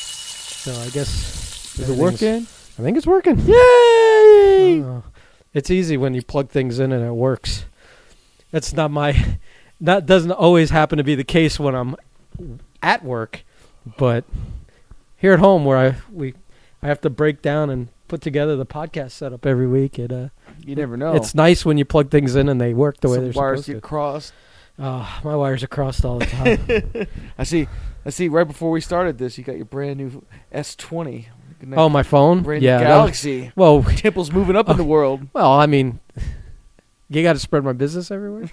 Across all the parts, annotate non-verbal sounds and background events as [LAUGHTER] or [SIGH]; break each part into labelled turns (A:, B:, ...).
A: So I guess
B: Is it
A: everything's-
B: working?
A: I think it's working.
B: Yay!
A: Oh. It's easy when you plug things in and it works. That's not my [LAUGHS] that doesn't always happen to be the case when I'm at work, but here at home where I we I have to break down and put together the podcast setup every week. It uh,
B: [LAUGHS] You never know.
A: it's nice when you plug things in and they work the way
B: Oh. Some
A: they're
B: wires
A: supposed
B: get crossed.
A: to. Oh, my wires are crossed
B: [LAUGHS]
A: all the time.
B: I see. I see. Right before we started this, you got your brand new S20. Good night.
A: oh, my phone.
B: brand
A: yeah.
B: new
A: that was- Oh.
B: Galaxy.
A: well,
B: Temple's moving up in the world.
A: well, I mean, [LAUGHS] you got to spread my business everywhere.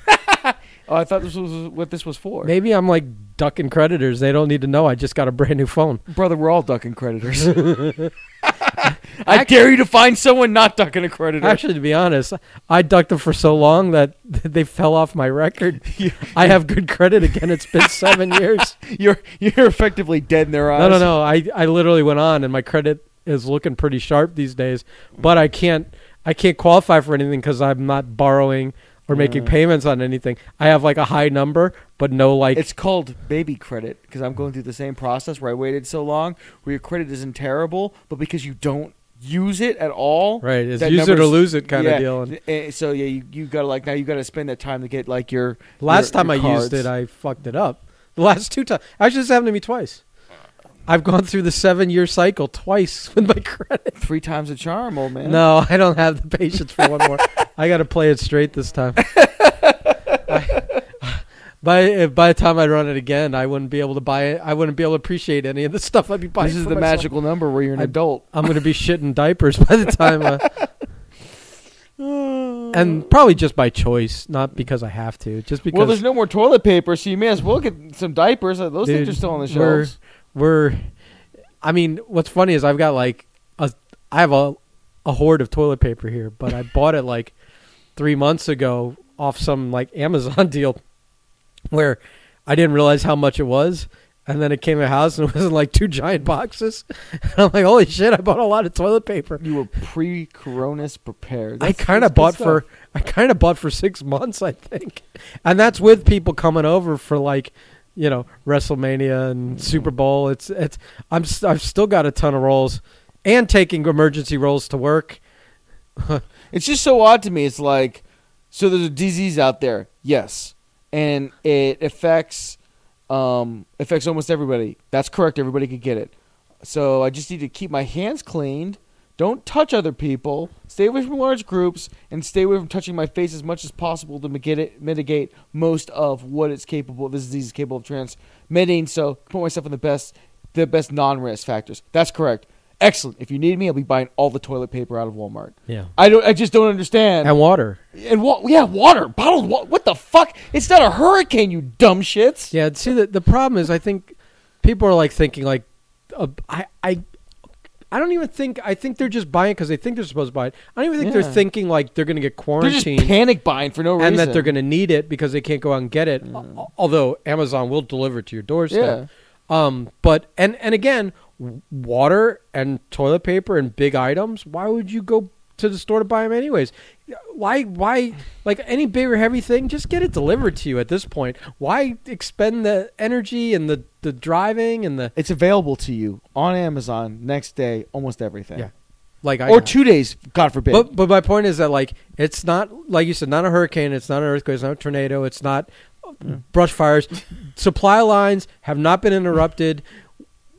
B: Oh, I thought this was what this was for.
A: Maybe I'm like ducking creditors. They don't need to know. I just got a brand new phone.
B: Brother, we're all ducking
A: [LAUGHS]
B: creditors. [LAUGHS] I dare you to find someone not ducking a creditor. [LAUGHS]
A: Actually, to be honest, I ducked them for so long that [LAUGHS] they fell off my record.
B: You-
A: I have good credit again. It's been seven years.
B: you're you're effectively dead in their eyes.
A: No, no, no. I, I literally went on, and my credit is looking pretty sharp these days. But I can't I can't qualify for anything because I'm not borrowing or making
B: Yeah.
A: payments on anything. I have like a high number, but no like
B: It's called baby credit because I'm going through the same process where I waited so long, where your credit isn't terrible, but because you don't use it at all,
A: right. It's
B: that
A: use it or
B: number's-
A: lose it kind
B: yeah,
A: of deal. And
B: eh, so yeah, you, you gotta like now you gotta spend that time to get like your
A: last
B: your-
A: time I
B: your
A: used it,
B: cards.
A: I fucked it up. The last two times, actually, this happened to me twice. I've gone through the seven year cycle twice [LAUGHS] with my credit.
B: three times a charm, old man.
A: No, I don't have the patience for one more. I got to play it straight this
B: [LAUGHS]
A: time. I- by by the time I run it again, I wouldn't be able to buy it. I wouldn't be able to appreciate any of the stuff I'd be buying.
B: this is
A: for
B: the
A: myself.
B: magical number where you're an
A: I-
B: [SIGHS] adult.
A: I'm going to be shitting diapers [LAUGHS] by the time, I, and probably just by choice, not because I have to, just because
B: well, there's no more toilet paper, so you may as well get some diapers. Uh, Those
A: Dude,
B: things are still on the
A: we're-
B: shelves.
A: we're. I mean, what's funny is I've got like a I have a a hoard of toilet paper here, but I bought it like three months ago off some like [LAUGHS] Amazon deal where I didn't realize how much it was. And then it came to the house and it was in like two giant boxes. [LAUGHS] And I'm like, holy shit, I bought a lot of toilet paper.
B: You were pre-Coronas prepared.
A: I
B: That's-
A: kind
B: that's
A: of
B: good
A: bought
B: stuff.
A: for I kind of bought for six months, I think, and that's with people coming over for like, you know, WrestleMania
B: Mm-hmm.
A: and Super Bowl. It's it's I'm s- I've still got a ton of rolls, and taking emergency rolls to work.
B: It's just so odd to me. It's like, so there's a disease out there, yes, and it affects um, affects almost everybody. That's correct. Everybody could get it. So I just need to keep my hands cleaned. Don't touch other people. Stay away from large groups, and stay away from touching my face as much as possible to mitig- it- mitigate most of what it's capable. This disease is capable of transmitting. So put myself in the best, the best non-risk factors. That's correct. Excellent. If you need me, I'll be buying all the toilet paper out of Walmart.
A: Yeah,
B: I don't. I just don't understand.
A: and water.
B: And wa- yeah, water, bottled water. What the fuck? It's not a hurricane, you dumb shits.
A: Yeah, see the the problem is I think people are like thinking like, uh, I I. I don't even think I think they're just buying because they think they're supposed to buy it. I don't even think
B: Yeah.
A: they're thinking like they're going to get
B: They're just
A: quarantined.
B: panic buying for no reason. Mm.
A: and that they're going to need it because they can't go out and get it. al- Although Amazon will deliver it to your doorstep. Um, but and and again, w- water and toilet paper and big items. Why would you go to the store to buy them anyways? Why why like any big or heavy thing? Just get it delivered to you at this point. Why expend the energy and the the driving and the
B: It's available to you on Amazon next day, almost everything.
A: Yeah, like I
B: or
A: got.
B: two days, God forbid.
A: But but my point is that like it's not like you said, not a hurricane, it's not an earthquake, it's not a tornado, it's not uh, brush fires. Supply lines have not been interrupted.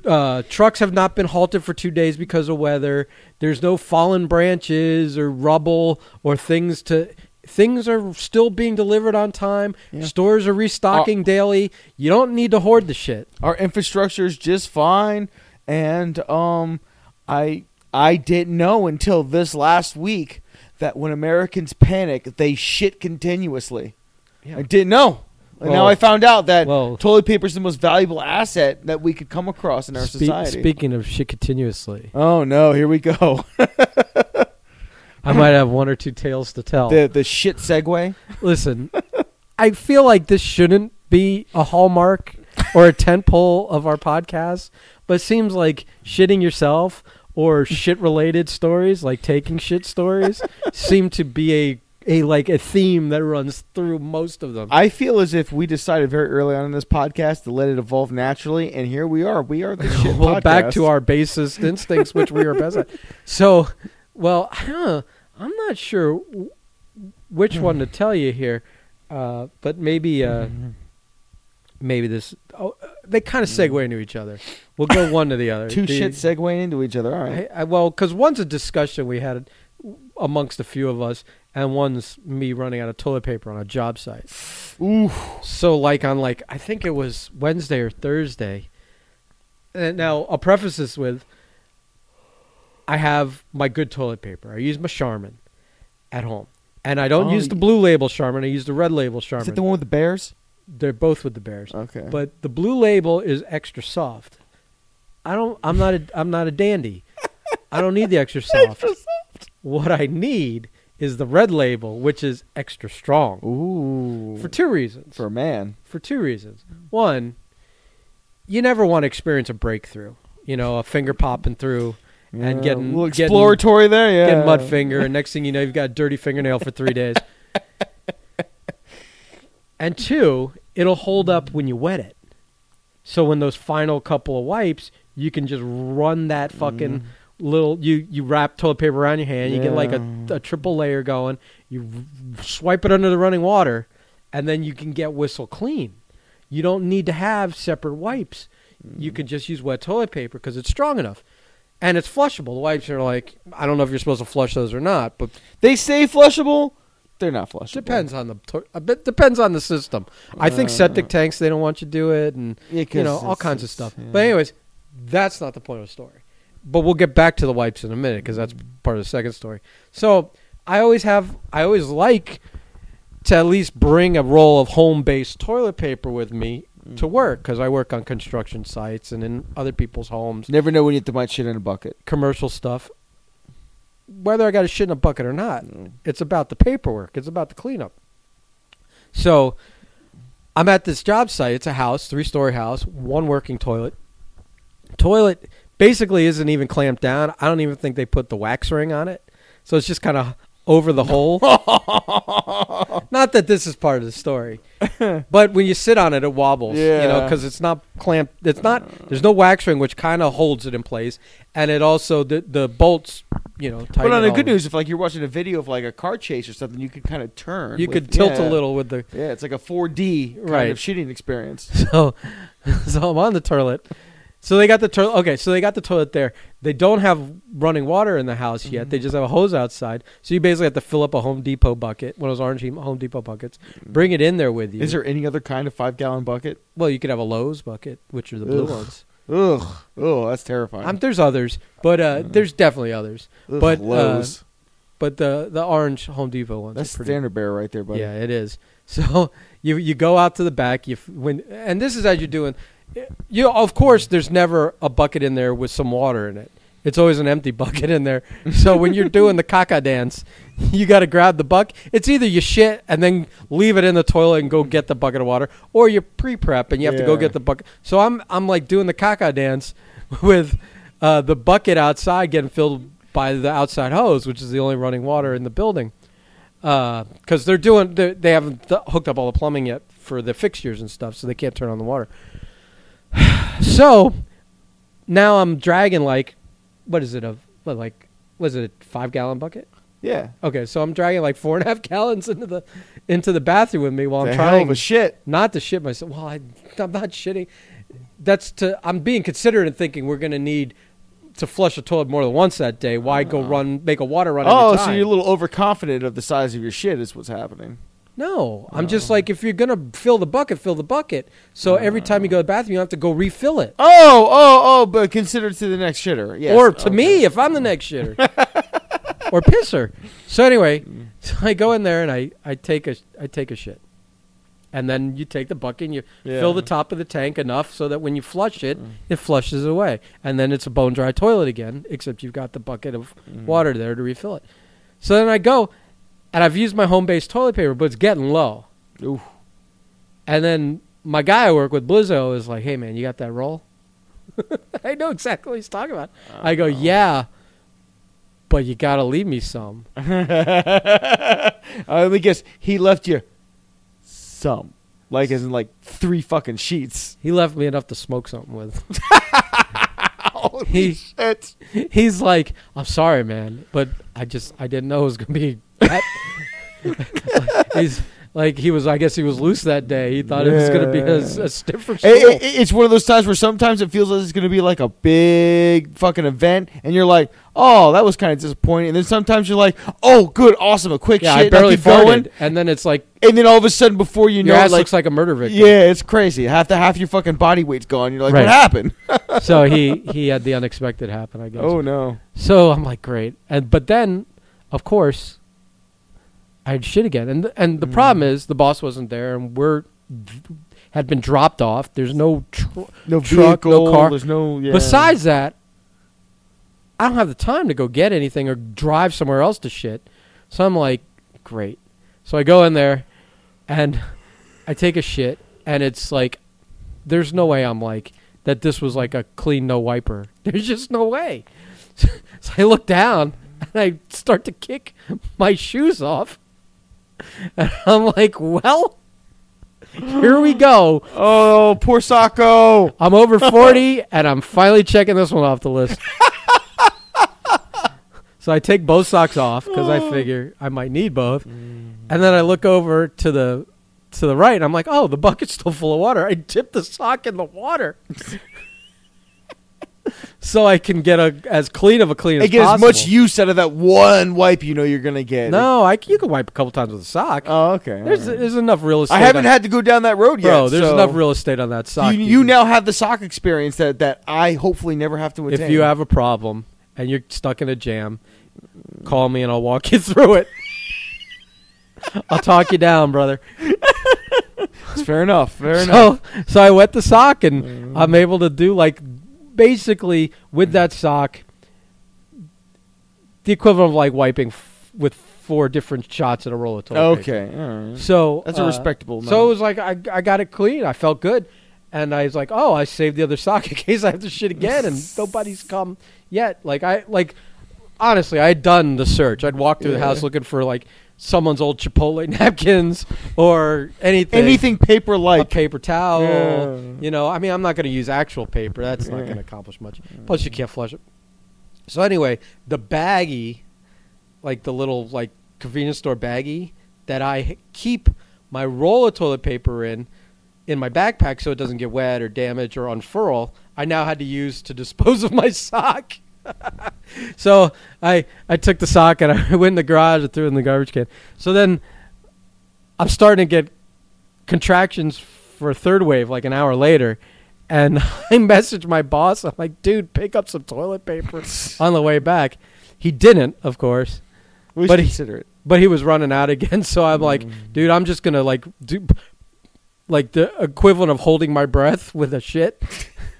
A: Uh, trucks have not been halted for two days because of weather. There's no fallen branches or rubble or things to. Things are still being delivered on time.
B: Yeah. Oh.
A: Stores are restocking daily. You don't need to hoard the shit.
B: Our infrastructure is just fine, and um, I I didn't know until this last week that when Americans panic, they shit continuously.
A: Yeah.
B: I didn't know. And now
A: Well-
B: I found out that
A: well-
B: toilet paper is the most valuable asset that we could come across in our
A: Spe-
B: society.
A: Speaking of shit continuously,
B: Oh no, here
A: [LAUGHS]
B: we go.
A: I might have one or two tales to tell.
B: the the shit segue.
A: Listen, I feel like this shouldn't be a hallmark or a tentpole of our podcast, but it seems like shitting yourself or shit related stories, like taking shit stories, seem to be a a like a theme that runs through most of them.
B: I feel as if we decided very early on in this podcast to let it evolve naturally, and here we are. We
A: [LAUGHS]
B: are the shit
A: well, back
B: podcast.
A: to our basest instincts, which we are best
B: [LAUGHS]
A: at. So, well, huh, I'm not sure w- which one
B: [LAUGHS]
A: to tell you here, uh, but maybe, uh, maybe this. Oh, uh, they kind of segue into each other. We'll go one to the other.
B: Mm. [LAUGHS] two
A: The-
B: shit segueing into each other. All right,
A: I, I, well, because one's a discussion we had amongst a few of us, and one's me running out of toilet paper on a job site.
B: ooh,
A: So, like on like I think it was Wednesday or Thursday. And now I'll preface this with I have my good toilet paper. I use my Charmin at home, and I don't
B: Oh,
A: use the
B: y-
A: blue label Charmin. I use the red label
B: is
A: Charmin.
B: it the one with the bears?
A: They're both with the Bears,
B: Okay,
A: but the blue label is extra soft. I don't. I'm not. A, I'm not a dandy. I don't need the
B: [LAUGHS]
A: extra soft. What I need is the red label, which is extra strong
B: ooh,
A: for two reasons
B: for a man.
A: for two reasons. One, you never want to experience a breakthrough. You know, a finger popping through and
B: Yeah,
A: getting
B: a little
A: getting-
B: exploratory there. Yeah,
A: getting mud finger, and next thing you know, you've got a dirty fingernail for three days. and two, it'll hold up when you wet it. So when those final couple of wipes, you can just run that fucking little. You you wrap toilet paper around your hand. You get like a,
B: Yeah.
A: a triple layer going. You swipe it under the running water, and then you can get whistle clean. You don't need to have separate wipes. You could just use wet toilet paper because it's strong enough. And it's flushable. The wipes are like, I don't know if you're supposed to flush those or not, but
B: They say flushable. They're not flushable.
A: depends on the to- a bit depends on the system. I think septic tanks they don't want you to do it, and
B: Yeah, 'cause
A: you know all
B: it's-
A: kinds of
B: it's-
A: stuff.
B: yeah.
A: But anyways, that's not the point of the story. But we'll get back to the wipes in a minute because that's part of the second story. So I always have I always like to at least bring a roll of home based toilet paper with me
B: Mm.
A: to work because I work on construction sites and in other people's homes
B: Never know when you have to might shit in a bucket.
A: commercial stuff, whether I got a shit in a bucket or not, it's about the paperwork. It's about the cleanup. So I'm at this job site. It's a house, three story house, one working toilet. Toilet basically isn't even clamped down. I don't even think they put the wax ring on it. So it's just kind of over the hole. not that this is part of the story, but when you sit on it, it wobbles. You know,
B: Yeah.
A: because it's not clamped. It's not. There's no wax ring, which kind of holds it in place, and it also the the bolts. You know, tighten
B: But on
A: it
B: the
A: all.
B: good news, if like you're watching a video of like a car chase or something, you could kind of turn.
A: you
B: with-
A: could tilt a
B: yeah.
A: little with the [LAUGHS]
B: Yeah, it's like a 4D kind
A: Right.
B: of shitting
A: [LAUGHS]
B: experience.
A: so so I'm on the toilet. So they got the toilet. Okay, so they got the toilet there. They don't have running water in the house yet.
B: Mm-hmm.
A: They just have a hose outside. So you basically have to fill up a Home Depot bucket, one of those orange Home Depot buckets. Bring it in there with you.
B: Mm-hmm. Is there any other kind of five gallon bucket?
A: Well, you could have a Lowe's bucket, which are the blue
B: Ugh.
A: ones.
B: Ugh, oh, that's terrifying.
A: Um, there's others, but uh, there's definitely others.
B: Mm-hmm. Ugh,
A: but, uh,
B: Lowe's.
A: But the the orange Home Depot ones.
B: that's
A: are pretty
B: standard bear right there, buddy.
A: Yeah, it is. [LAUGHS] So you you go out to the back. You f- when and this is as you're doing. You of course there's never a bucket in there with some water in it. It's always an empty bucket in there. So when you're doing the caca dance, [LAUGHS] you got to grab the bucket. It's either you shit and then leave it in the toilet and go get the bucket of water, or you pre-prep and you have to go
B: Yeah.
A: get the bucket. So I'm I'm like doing the caca dance [LAUGHS] with uh, the bucket outside getting filled by the outside hose, which is the only running water in the building because they're doing they they haven't th- hooked up all the plumbing yet for the fixtures and stuff, so they can't turn on the water. [SIGHS] so now I'm dragging like what is it a what, like was it a five gallon bucket?
B: yeah.
A: Okay, so I'm dragging like four and a half [LAUGHS] gallons into the into the bathroom with me while
B: The
A: I'm
B: hell
A: trying
B: of a shit.
A: not to shit myself. Well, I, I'm not shitting. That's to. I'm being considerate and thinking we're going to need to flush a toilet more than once that day. Why go run make a water run? every
B: Oh, so
A: time?
B: you're a little overconfident of the size of your shit is what's happening.
A: No, I'm
B: Oh.
A: just like if you're gonna fill the bucket, fill the bucket. So every time you go to the bathroom, you don't have to go refill it.
B: Oh, oh, oh, but consider it to the next shitter. Yes.
A: or to
B: okay.
A: me, if I'm the next shitter [LAUGHS] or pisser. So anyway, [LAUGHS] so I go in there and I, I take a I take a shit, and then you take the bucket and you
B: Yeah. Mm.
A: fill the top of the tank enough so that when you flush it, it flushes away, and then it's a bone dry toilet again. Except you've got the bucket of
B: Mm.
A: water there to refill it. So then I go, and I've used my home based toilet paper, but it's getting low.
B: Ooh.
A: And then my guy I work with, Blizzo, is like, "Hey man, you got [LAUGHS] that roll?" I know exactly what he's talking about. I go, "Yeah, but you gotta leave me some.
B: [LAUGHS] uh, let me guess. He left you some, like as in like three fucking sheets.
A: He left me enough to smoke something with.
B: [LAUGHS] Holy
A: He-
B: shit!
A: He's like, I'm sorry, man, but I just I didn't know it was gonna be that. [LAUGHS] He's like he was. I guess he was loose that day. He thought it was gonna be a,
B: Yeah.
A: a stiffer
B: It-
A: stool.
B: it- it's one of those times where sometimes it feels like it's going to be like a big fucking event, and you're like, "Oh, that was kind of disappointing." And then sometimes you're like, "Oh, good, awesome, a quick
A: yeah,
B: shit,
A: I barely
B: keep going."
A: farted, and then it's like
B: And then all of a sudden, before you
A: your
B: know, it,
A: ass
B: like,
A: looks like a murder victim.
B: yeah, it's crazy. Half the half your fucking body weight's gone. You're like,
A: Right. [LAUGHS]
B: "What happened?" Oh,
A: So he he had the unexpected happen. I guess.
B: no!
A: So I'm like, great. And but then, of course, I had shit again. And and
B: Mm.
A: the problem is the boss wasn't there, and we're had been dropped off. There's no. Tr-
B: No
A: Truck, no
B: vehicle,
A: car.
B: There's no. Yeah.
A: Besides that, I don't have the time to go get anything or drive somewhere else to shit. So I'm like, great. So I go in there, and [LAUGHS] I take a shit, and it's like, there's no way I'm like that. This was like a clean no wiper. [LAUGHS] There's just no way. [LAUGHS] So I look down and I start to kick my shoes off. [LAUGHS] And I'm like, well, [LAUGHS] here we go.
B: oh, poor Sacco.
A: I'm
B: [LAUGHS]
A: over 40 and I'm finally checking this one off the list. so I take both socks off cuz
B: Oh.
A: I figure I might need both.
B: Mm.
A: And then I look over to the to the right and I'm like, "Oh, the bucket's still full of water. I dipped the sock in the water." [LAUGHS] so I can get a as clean of a clean
B: And
A: as
B: get as
A: possible.
B: much use out of that one wipe you know you're gonna get.
A: no, I c- you can wipe a couple times with a sock.
B: Oh, okay.
A: there's
B: alright.
A: there's enough real estate.
B: I haven't
A: on,
B: had to go down that road yet.
A: Bro, there's
B: so-
A: enough real estate on that sock.
B: You,
A: you
B: you
A: can-
B: now have the sock experience that, that I hopefully never have to attain.
A: If you have a problem and you're stuck in a jam, call me and I'll walk [LAUGHS] you through it. I'll talk you down, brother.
B: It's fair enough. Fair enough. Mm.
A: so, so I wet the sock and I'm able to do like basically with that sock the equivalent of like wiping f- with four different shots at a roll of toilet paper.
B: Okay. alright.
A: So
B: That's a
A: uh,
B: respectable.
A: So it
B: amount.
A: was like I I got it clean. I felt good, and I was like, oh, I saved the other sock [LAUGHS] in case I have to shit again, and
B: [LAUGHS]
A: nobody's come yet. Like I like honestly, I had done the search. I'd walked through the
B: Yeah.
A: house looking for like someone's old Chipotle [LAUGHS] napkins or anything,
B: anything paper
A: a
B: like.
A: paper towel.
B: Yeah.
A: You know, I mean, I'm not going to use actual paper. That's not
B: Yeah.
A: going to accomplish much. Plus, you can't flush it. So anyway, the baggie, like the little like convenience store baggie that I h- keep my roll of toilet paper in, in my backpack so it doesn't get wet or damage or unfurl. I now had to use to [LAUGHS] dispose of my sock. [LAUGHS] so I I took the sock and [LAUGHS] I went in the garage and threw it in the garbage can. So then I'm starting to get contractions for third wave like an hour later and [LAUGHS] i messaged my boss i'm like dude pick up some toilet paper on the way back he didn't of course
B: We
A: but
B: should
A: he-
B: consider it.
A: but he was running out again [LAUGHS] so i'm like dude i'm just gonna like do like the equivalent of holding my breath with a shit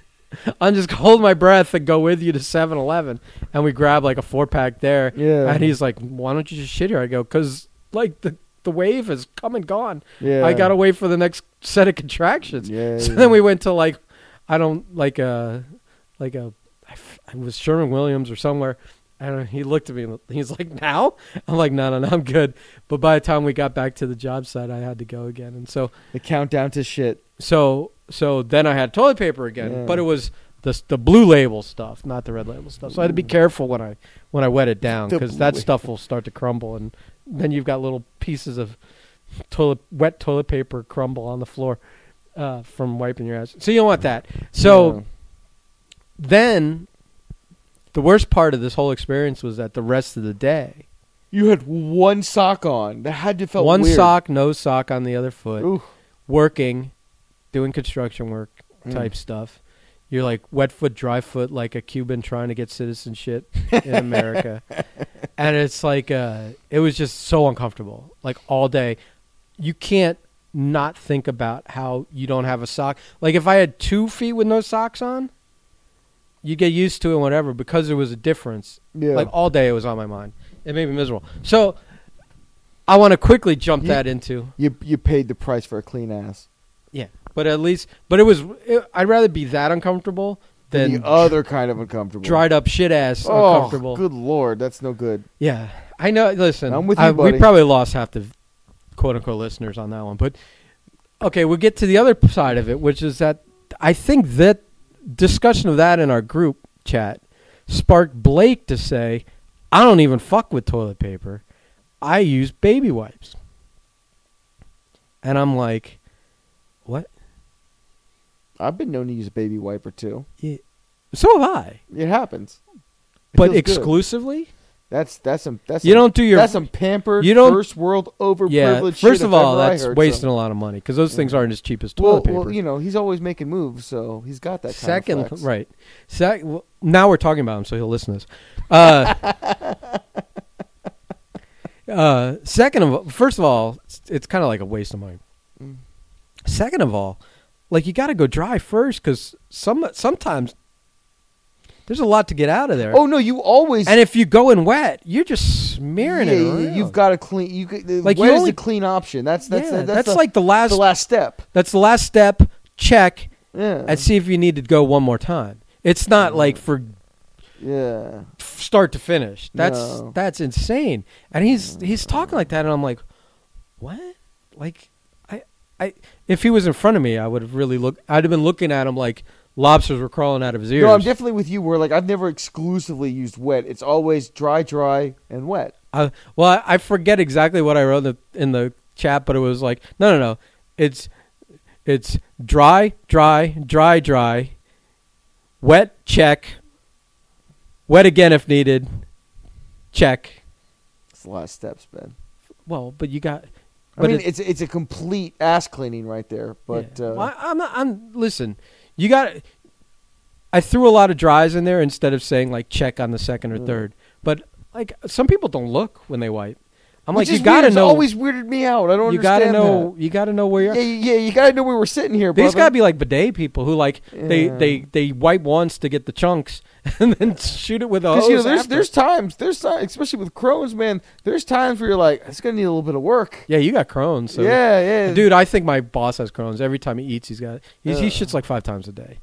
A: [LAUGHS] i'm just gonna hold my breath and go with you to 7-eleven and we grab like a four pack there
B: Yeah.
A: and he's like why don't you just shit here i go because like the the wave has come and gone
B: Yeah.
A: I gotta wait for the next set of contractions. [LAUGHS]
B: Yeah,
A: so
B: yeah.
A: then we went to like, I don't like a, like a, I, f- I was Sherman Williams or somewhere, and he looked at me and he's like, "Now?" I'm like, "No, no, no, I'm good." But by the time we got back to the job site, I had to go again, and so,
B: the countdown to shit.
A: so, so then I had toilet paper again,
B: Yeah.
A: but it was the s- the blue label stuff, not the red label stuff. So I had to be careful when I when I wet it down
B: The
A: because
B: blue
A: that
B: label.
A: stuff will start to crumble, and then you've got little pieces of toilet wet toilet paper crumble on the floor uh, from wiping your ass. So you don't want that. So
B: Yeah.
A: then, the worst part of this whole experience was that the rest of the day,
B: you had one sock on. That had to felt
A: one
B: weird.
A: sock, no sock on the other foot,
B: Ooh.
A: working, doing construction work type
B: Mm.
A: stuff. You're like wet foot, dry foot, like a Cuban trying to get citizenship
B: [LAUGHS]
A: in America, and it's like uh, it was just so uncomfortable, like all day. You can't not think about how you don't have a sock. Like if I had two feet with no socks on, you get used to it, whatever. Because there was a difference,
B: Yeah.
A: like all day it was on my mind. It made me miserable. So I want to quickly jump
B: You-
A: that into
B: you you paid the price for a clean ass.
A: yeah, but at least, but it was. It, I'd rather be that uncomfortable than
B: the other kind of uncomfortable.
A: dried up shit ass
B: oh,
A: uncomfortable.
B: Good lord, that's no good.
A: Yeah, I know. Listen,
B: I'm with you,
A: I-
B: buddy.
A: we probably lost half the quote unquote listeners on that one, but okay, we'll get to the other side of it, which is that I think that discussion of that in our group chat sparked Blake to say, "I don't even fuck with toilet paper. I use baby wipes," and I'm like, "What?
B: I've been known to use a baby wiper too.
A: Yeah. So have I,
B: It happens. It
A: but
B: feels good.
A: exclusively."
B: That's that's some that's
A: You
B: some,
A: don't do your-
B: that's some pampered
A: you don't-
B: first world overprivileged.
A: Yeah,
B: shit
A: first
B: if
A: of all,
B: ever I
A: that's
B: heard
A: wasting
B: some.
A: a lot of money because those things aren't as cheap as
B: Well,
A: toilet paper.
B: well, you know, he's always making moves, so he's got that. Kind
A: Second,
B: of flex.
A: right? Sec- well, now we're talking about him, so he'll listen to this. Uh,
B: [LAUGHS]
A: uh, second of all, first of all, it's, it's kind of like a waste of money.
B: Mm.
A: Second of all, like you got to go dry first because some sometimes there's a lot to get out of there.
B: Oh no, you always
A: and if you go in wet, you're just smearing
B: yeah,
A: it.
B: yeah,
A: around.
B: You've got to clean. You could- the
A: Like,
B: wet
A: you
B: is
A: only-
B: the clean option. That's that's
A: Yeah,
B: the- that's, the,
A: like the last,
B: the last step.
A: That's the last step. Check
B: Yeah,
A: and see if you need to go one more time. It's not like for
B: yeah.
A: f- start to finish. That's
B: No.
A: that's insane. And he's he's talking like that, and I'm like, what? Like, I I if he was in front of me, I would have really looked. I'd have been looking at him like lobsters were crawling out of his ears.
B: No, I'm definitely with you. Where like I've never exclusively used wet. It's always dry, dry, and wet.
A: I- well, I, I forget exactly what I wrote in the, in the chat, but it was like, no, no, no, it's it's dry, dry, dry, dry, wet, check, wet again if needed, check.
B: It's the last steps, Ben.
A: Well, but you got.
B: I
A: but
B: mean,
A: it-
B: it's it's a complete ass cleaning right there. But
A: Yeah.
B: uh,
A: Well, I- I'm, not- I'm listen. You got. I threw a lot of dries in there instead of saying like check on the second or
B: Mm.
A: third. But like some people don't look when they wipe. I'm
B: which
A: like
B: is
A: you got to
B: weird. It's
A: know.
B: Always weirded me out. I don't.
A: you
B: got
A: gotta
B: to
A: know. You got to know where you're.
B: Yeah, yeah, yeah, you gotta know we were sitting here.
A: These
B: brother.
A: gotta be like bidet people who like they,
B: Yeah.
A: they they wipe once to get the chunks [LAUGHS] and then shoot it with a
B: 'Cause,
A: hose.
B: you know, there's
A: after.
B: there's times there's times, especially with Crohn's, man. There's times where you're like, it's gonna need a little bit of work.
A: yeah, you got Crohn's. So.
B: yeah, yeah,
A: dude, I think my boss has Crohn's. Every time he eats, he's got he's, he
B: Ugh.
A: shits like five times a day.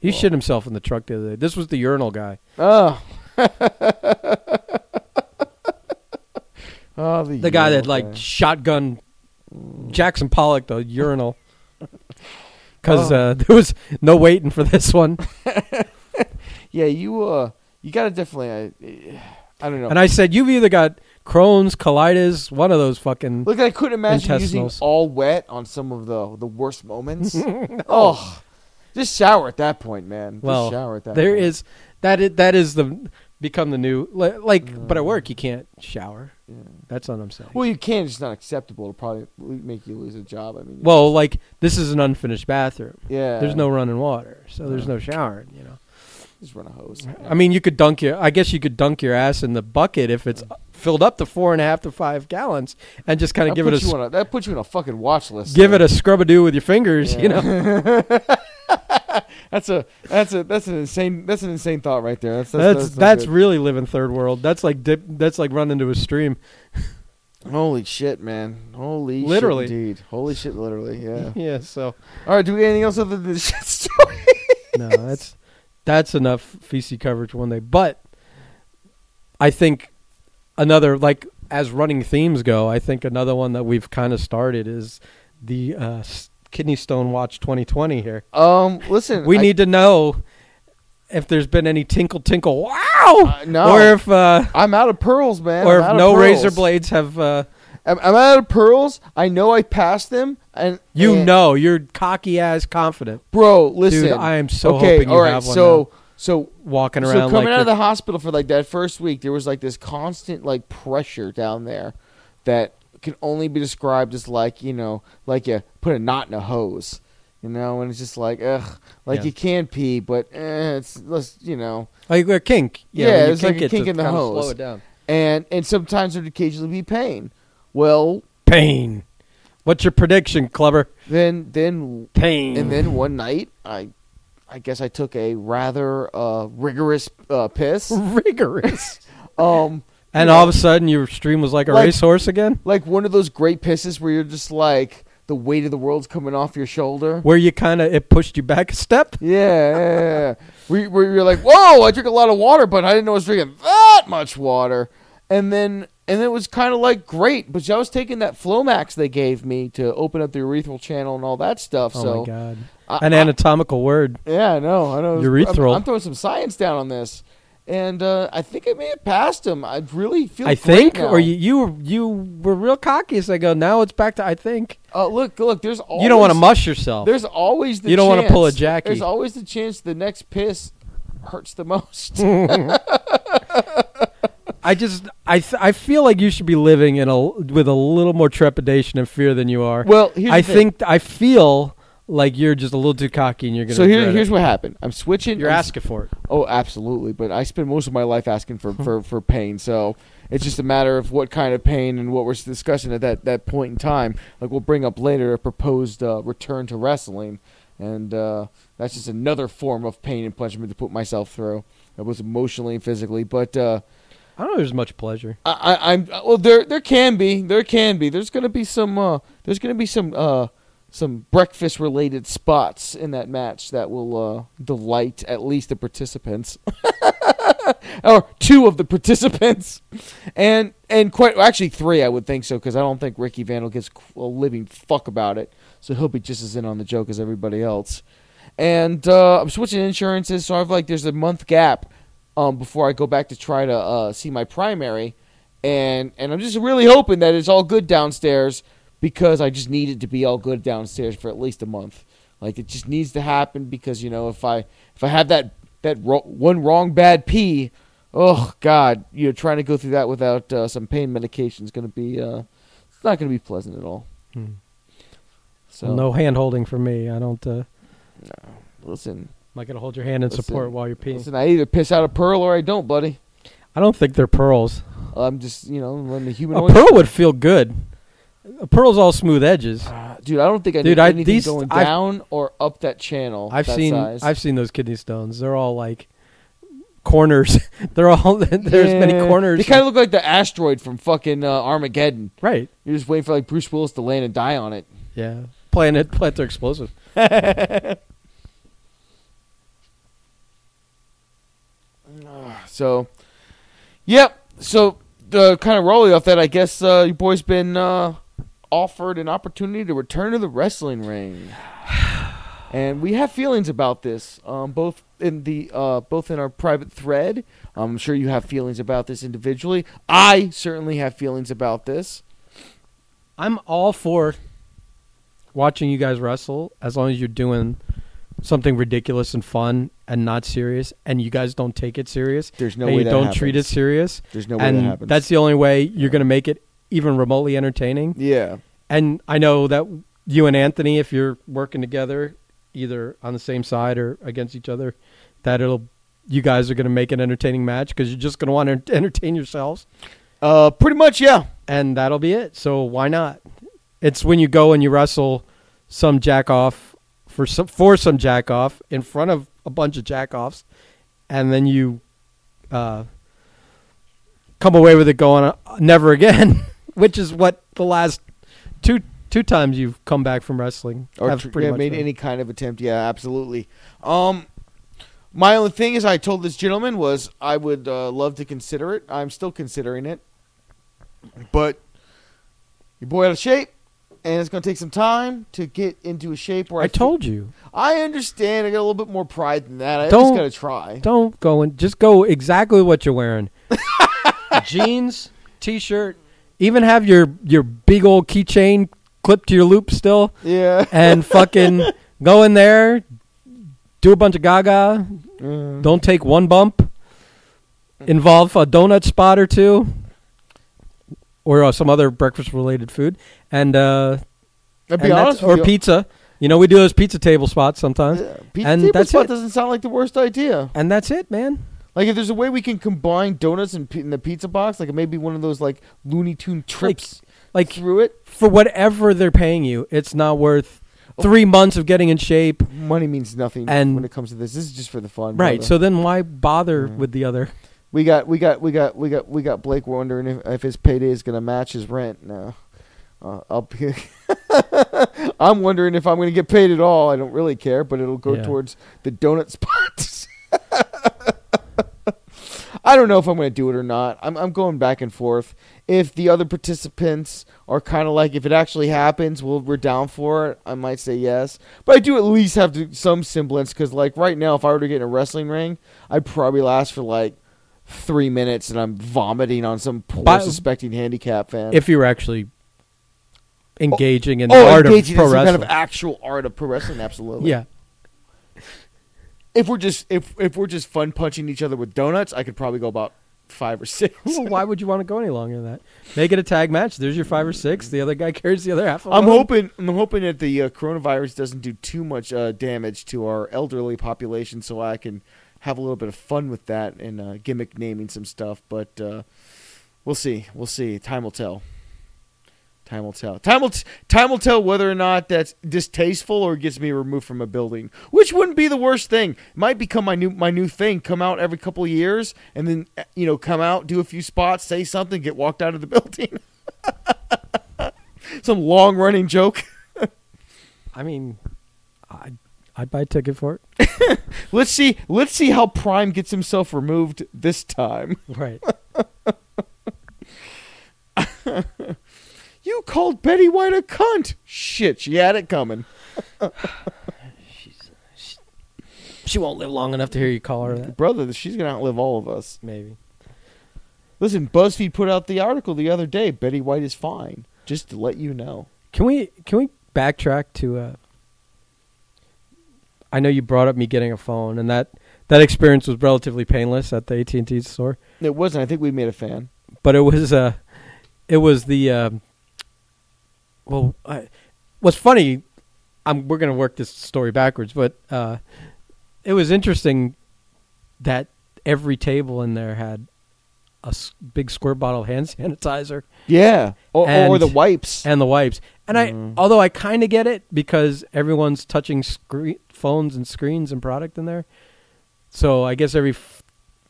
A: He
B: Well.
A: shit himself in the truck the other day. This was the urinal guy.
B: Oh. [LAUGHS] oh, the,
A: the guy that
B: yellow
A: like
B: guy.
A: shotgun
B: Mm.
A: Jackson Pollock the
B: [LAUGHS]
A: urinal because
B: Oh.
A: uh, [LAUGHS] there was no waiting for this one.
B: yeah, you uh, you gotta definitely. I, I don't know.
A: And I said, "You've either got Crohn's, colitis, one of those fucking."
B: Look, I couldn't imagine using
A: Intestinals.
B: all wet on some of the the
A: [LAUGHS]
B: worst moments. Oh, just shower at that point, man. Just
A: well,
B: shower at that.
A: there
B: point.
A: is that. Is, that is the become the new li- like. But at work, you can't shower.
B: Yeah.
A: That's what I'm saying.
B: Uh. Well, you can. It's just not acceptable. It'll probably make you lose a job. I mean,
A: Well, like this is an unfinished bathroom.
B: yeah.
A: There's no running water, so there's no showering. You know.
B: Just run a hose.
A: I mean, you could dunk your. I guess you could dunk your ass in the bucket if it's filled up to four and a half to five gallons, and just kind
B: That
A: of give it a
B: puts you
A: s-
B: on that puts you on a fucking watch list.
A: give it a scrub a doo with your fingers. You
B: [LAUGHS]
A: know, [LAUGHS]
B: That's a that's a that's an insane that's an insane thought right there. That's
A: that's
B: that's,
A: that's,
B: not good.
A: really living third world. That's like dip, that's like running into a stream.
B: holy shit, man. Holy
A: Literally.
B: shit indeed. Holy shit, literally. Yeah.
A: [LAUGHS] Yeah. So
B: All right. Do we get anything else other than the [LAUGHS] shit story?
A: no, that's that's enough feces coverage one day. But I think another like as running themes go, I think another one that we've kind of started is the uh, s- kidney stone watch 2020 here.
B: Um. Listen,
A: We
B: I-
A: need to know if there's been any tinkle tinkle wow,
B: Uh, no.
A: or if uh,
B: I'm out of pearls, man.
A: or
B: I'm out
A: if
B: of
A: no razor
B: pearls.
A: blades have. Uh,
B: I'm, I'm out of pearls. I know I passed them, and
A: you
B: and-
A: know, you're cocky ass confident,
B: bro. Listen,
A: dude. I am so
B: okay.
A: hoping you
B: all right.
A: have one.
B: so
A: now.
B: so
A: walking
B: so
A: around like
B: coming out
A: you're-
B: of the hospital for like that first week, there was like this constant like pressure down there that can only be described as like you know like you put a knot in a hose, you know, and it's just like ugh, like
A: Yeah.
B: you can pee, but eh, it's let's you know,
A: like a kink. Yeah,
B: Yeah,
A: when you
B: it's like a
A: it to
B: kink in the
A: kinda
B: hose.
A: Slow it down.
B: and and sometimes there'd occasionally be pain. Well,
A: Pain. What's your prediction, Clubber?
B: then then
A: Pain.
B: and then one night I. I guess I took a rather uh, rigorous uh,
A: [LAUGHS] [LAUGHS]
B: piss.
A: rigorous.
B: [LAUGHS] Um,
A: and all of a sudden, your stream was like a
B: Like-
A: racehorse again.
B: like one of those great pisses where you're just like the weight of the world's coming off your shoulder.
A: Where you kind of it pushed you back a
B: [LAUGHS]
A: step.
B: Yeah, yeah, yeah,
A: [LAUGHS]
B: yeah. we, we you're like, whoa! I drink a lot of water, but I didn't know I was drinking that much water. And then and it was kind of like great, but I was taking that Flomax they gave me to open up the urethral channel and all that stuff.
A: Oh
B: so
A: my god,
B: I-
A: an
B: I-
A: anatomical word.
B: Yeah, I know. I know.
A: Urethral.
B: I'm, I'm throwing some science down on this, and uh, I think I may have passed him. I really feel.
A: I
B: great
A: think,
B: now.
A: or you, you were you were real cocky. as I go now. It's back to I think.
B: Uh, look, look. There's always
A: you don't want to mush yourself.
B: There's always the
A: Oh. You don't wanna
B: chance-
A: pull a Jackie.
B: There's always the chance the next piss hurts
A: [LAUGHS]
B: the most.
A: I just I th- I feel like you should be living in a with a little more trepidation and fear than you are.
B: well, here's
A: I
B: the thing.
A: think I feel like you're just a little too cocky and you're gonna.
B: So here,
A: regret
B: here's
A: it.
B: what happened. I'm switching.
A: you're
B: I'm-
A: asking for it.
B: Oh, absolutely. But I spend most of my life asking for, for, for pain. So it's just a matter of what kind of pain and what we're discussing at that, that point in time. Like we'll bring up later a proposed uh, return to wrestling. And uh, that's just another form of pain and punishment to put myself through. It was emotionally and physically. But uh,
A: I don't know. There's much pleasure.
B: I, I, I'm well. There, there can be. There can be. There's gonna be some. Uh, there's gonna be some. Uh, some breakfast-related spots in that match that will uh, delight at least the participants, [LAUGHS] or two of the participants, and and quite actually three. I would think so because I don't think Ricky Vandal gives a living fuck about it, so he'll be just as in on the joke as everybody else. And uh, I'm switching insurances, so I've like there's a month gap um, before I go back to try to uh, see my primary, and and I'm just really hoping that it's all good downstairs because I just need it to be all good downstairs for at least a month. Like it just needs to happen because you know if I if I have that that ro- one wrong bad pee, oh god, you know trying to go through that without uh, some pain medication is going to be uh, it's not going to be pleasant at all.
A: Hmm.
B: So
A: no hand holding for me. I don't. Uh, I'm
B: listen,
A: not gonna hold your hand and
B: Listen,
A: support while you're peeing.
B: listen, I either piss out a pearl or I don't, buddy.
A: I don't think they're pearls.
B: I'm just you know letting the human
A: A
B: oyster-
A: pearl would feel good. A pearl's all smooth edges.
B: Uh, dude, I don't think I
A: Dude,
B: need
A: I-
B: anything
A: these-
B: going
A: I've-
B: down or up that channel.
A: I've
B: that
A: seen
B: size.
A: I've seen those kidney stones. They're all like corners. [LAUGHS] they're all [LAUGHS] there's many
B: Yeah.
A: corners.
B: They kind of look like the asteroid from fucking uh, Armageddon.
A: right.
B: You're just waiting for like Bruce Willis to land and die on it.
A: Yeah. Planet plants are explosive.
B: So, yep. So the kind of rolling off that, I guess uh, your boy's been uh, offered an opportunity to return to the wrestling ring, [SIGHS] and we have feelings about this, um, both in the uh, both in our private thread. I'm sure you have feelings about this individually. I certainly have feelings about this.
A: I'm all for watching you guys wrestle as long as you're doing something ridiculous and fun and not serious and you guys don't take it serious.
B: There's no
A: and
B: way
A: you
B: that
A: don't treat it
B: happens.
A: serious.
B: There's no way
A: and
B: that happens.
A: that's the only way you're going to make it even remotely entertaining.
B: yeah.
A: and I know that you and Anthony, if you're working together, either on the same side or against each other, that it'll you guys are going to make an entertaining match because you're just going to want to [LAUGHS] entertain yourselves,
B: Uh, pretty much, yeah.
A: and that'll be it. So why not? It's when you go and you wrestle some jack off for some for some jack off in front of a bunch of jack offs, and then you uh, come away with it going uh, never again, [LAUGHS] which is what the last two two times you've come back from wrestling
B: or
A: have
B: tr-
A: pretty
B: yeah,
A: much
B: made
A: been.
B: any kind of attempt. Yeah, absolutely. Um, my only thing is, I told this gentleman was I would uh, love to consider it. I'm still considering it, but your boy out of shape, and it's going to take some time to get into a shape where I,
A: I told you,
B: I understand. I got a little bit more pride than that. I
A: Don't-
B: just got to try.
A: don't go and just go exactly what you're wearing: [LAUGHS] jeans, t-shirt, even have your your big old keychain clipped to your loop still.
B: Yeah.
A: [LAUGHS] and fucking go in there, do a bunch of gaga.
B: Mm.
A: Don't take one bump. Involve a donut spot or two, or uh, some other breakfast-related food, and uh,
B: I'll
A: and
B: be
A: that's-
B: honest
A: or
B: with you. Uh,
A: pizza. You know, we do those pizza table spots sometimes,
B: Yeah, pizza
A: and
B: table
A: that's
B: spot
A: it.
B: doesn't sound like the worst idea.
A: and that's it, man.
B: Like if there's a way we can combine donuts and pi- in the pizza box, like maybe one of those like Looney Tune trips
A: Like
B: through it.
A: for whatever they're paying you, it's not worth three months of getting in shape,
B: Money means nothing
A: And-
B: when it comes to this. This is just for the fun,
A: right? Mm-hmm.
B: brother.
A: So then why bother with the other?
B: we got we got we got we got we got Blake wondering if, if his payday is gonna match his rent. No, uh, I'll be [LAUGHS] I'm wondering if I'm going to get paid at all. I don't really care, but it'll go
A: Yeah.
B: towards the donut [LAUGHS] spots. I don't know if I'm going to do it or not. I'm, I'm going back and forth. If the other participants are kind of like, if it actually happens, well, we're down for it. I might say yes, but I do at least have to, some semblance because, like, right now, if I were to get in a wrestling ring, I'd probably last for like three minutes, and I'm vomiting on some poor
A: By-
B: suspecting handicap fan.
A: if you're actually engaging in
B: oh,
A: the art of
B: engaging
A: pro
B: in some
A: wrestling.
B: kind of actual art of pro wrestling, absolutely.
A: yeah.
B: If we're just if if we're just fun punching each other with donuts, I could probably go about five or six.
A: Well, why would [LAUGHS] you want to go any longer than that? Make it a tag match. There's your five or six. The other guy [LAUGHS] carries the other half. along.
B: I'm hoping I'm hoping that the uh, coronavirus doesn't do too much uh, damage to our elderly population, so I can have a little bit of fun with that and uh, gimmick naming some stuff. But uh, we'll see, we'll see. Time will tell. Time will tell. Time will t- time will tell whether or not that's distasteful or gets me removed from a building, which wouldn't be the worst thing. Might become my new my new thing. Come out every couple of years and then eh, you know come out, do a few spots, say something, get walked out of the [LAUGHS] building. some long running joke.
A: I mean, I'd, I'd buy a ticket for it.
B: Let's see. Let's see how Prime gets himself removed this time.
A: [LAUGHS]
B: [LAUGHS]
A: Right.
B: You called Betty White a cunt. Shit, she had it coming.
A: she won't live long enough to hear you call her that.
B: Brother, she's gonna outlive all of us.
A: Maybe.
B: Listen, BuzzFeed put out the article the other day. Betty White is fine. Just to let you know.
A: Can we can we backtrack to? Uh, I know you brought up me getting a phone, and that that experience was relatively painless at the AT and T store.
B: It wasn't. I think we made a fan.
A: but it was uh it was the um well I, what's funny I'm we're gonna work this story backwards but uh it was interesting that every table in there had a s- big square bottle of hand sanitizer
B: Yeah. Or, or
A: And-
B: the wipes.
A: and the wipes and I
B: Mm.
A: although I kind of get it because everyone's touching screen phones and screens and product in there so I guess every f-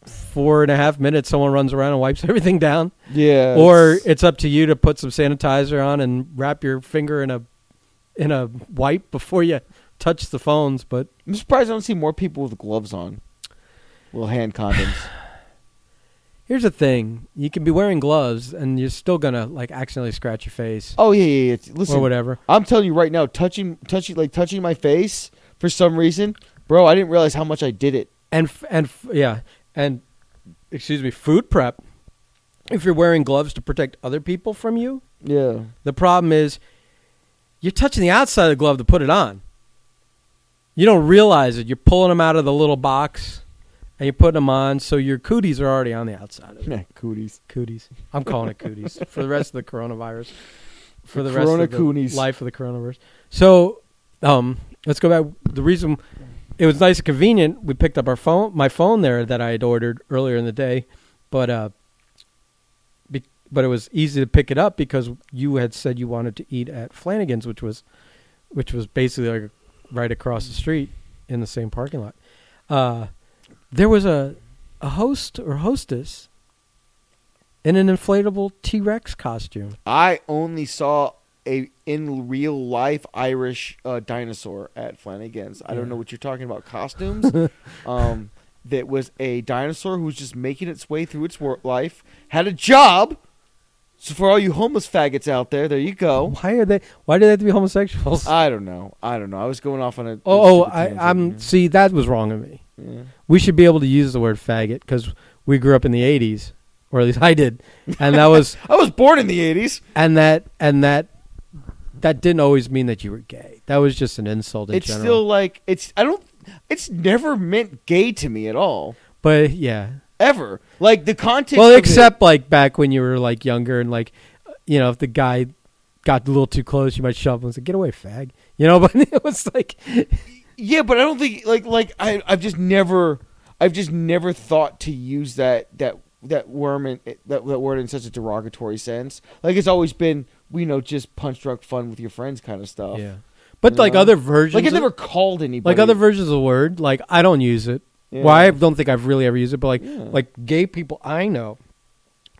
A: four and a half minutes someone runs around and wipes [LAUGHS] everything down
B: yeah.
A: or
B: it's-
A: it's up to you to put some sanitizer on and wrap your finger in a in a wipe before you touch the phones but
B: I'm surprised I don't see more people with gloves on. Little hand condoms.
A: here's the thing you can be wearing gloves and you're still gonna like accidentally scratch your face
B: oh yeah, yeah. yeah. It's- Listen,
A: or whatever
B: I'm telling you right now, touching, touching, like touching my face for some reason, bro. I didn't realize how much I did it.
A: and f- and f- yeah and excuse me food prep if you're wearing gloves to protect other people from you
B: Yeah.
A: the problem is you're touching the outside of the glove to put it on you don't realize it you're pulling them out of the little box and you're putting them on so your cooties are already on the outside
B: [LAUGHS]
A: of it
B: cooties.
A: cooties i'm calling it cooties for the rest of the coronavirus for the,
B: Corona
A: rest of the
B: coonies.
A: life of the coronavirus so um, let's go back the reason it was nice and convenient we picked up our phone my phone there that i had ordered earlier in the day but uh be, but it was easy to pick it up because you had said you wanted to eat at flanagan's which was which was basically like right across the street in the same parking lot uh there was a a host or hostess in an inflatable t-rex costume
B: I only saw a in real life Irish uh, dinosaur at Flanagan's. I
A: Yeah.
B: don't know what you're talking about
A: [LAUGHS]
B: costumes. um, that was a dinosaur who was just making its way through its work life. Had a job. So for all you homeless faggots out there, there you go.
A: why are they why do they have to be homosexuals
B: I don't know. I don't know. I was going off on a.
A: [LAUGHS] oh, oh
B: stupid
A: I,
B: tangent
A: i'm
B: here.
A: see that was wrong of me
B: Yeah.
A: we should be able to use the word faggot because we grew up in the 80s or at least i did and that
B: [LAUGHS]
A: was
B: I was born in the '80s.
A: and that and that that didn't always mean that you were gay that was just an insult in
B: it's
A: general
B: still like it's. I don't. It's never meant gay to me at all.
A: but yeah
B: Ever. Like the context.
A: well
B: of it-
A: except like back when you were like younger and like you know if the guy got a little too close you might shove him and say get away fag you know [LAUGHS] but it was like
B: yeah, but I don't think like like I I've just never I've just never thought to use that that that worm in, that that word in such a derogatory sense. Like it's always been you know just punch drunk fun with your friends kind of stuff.
A: yeah but like
B: Yeah.
A: other versions
B: Like I never
A: of,
B: called anybody.
A: like other versions of the word like i don't use it
B: Yeah.
A: well i don't think i've really ever used it but like
B: Yeah.
A: like gay people i know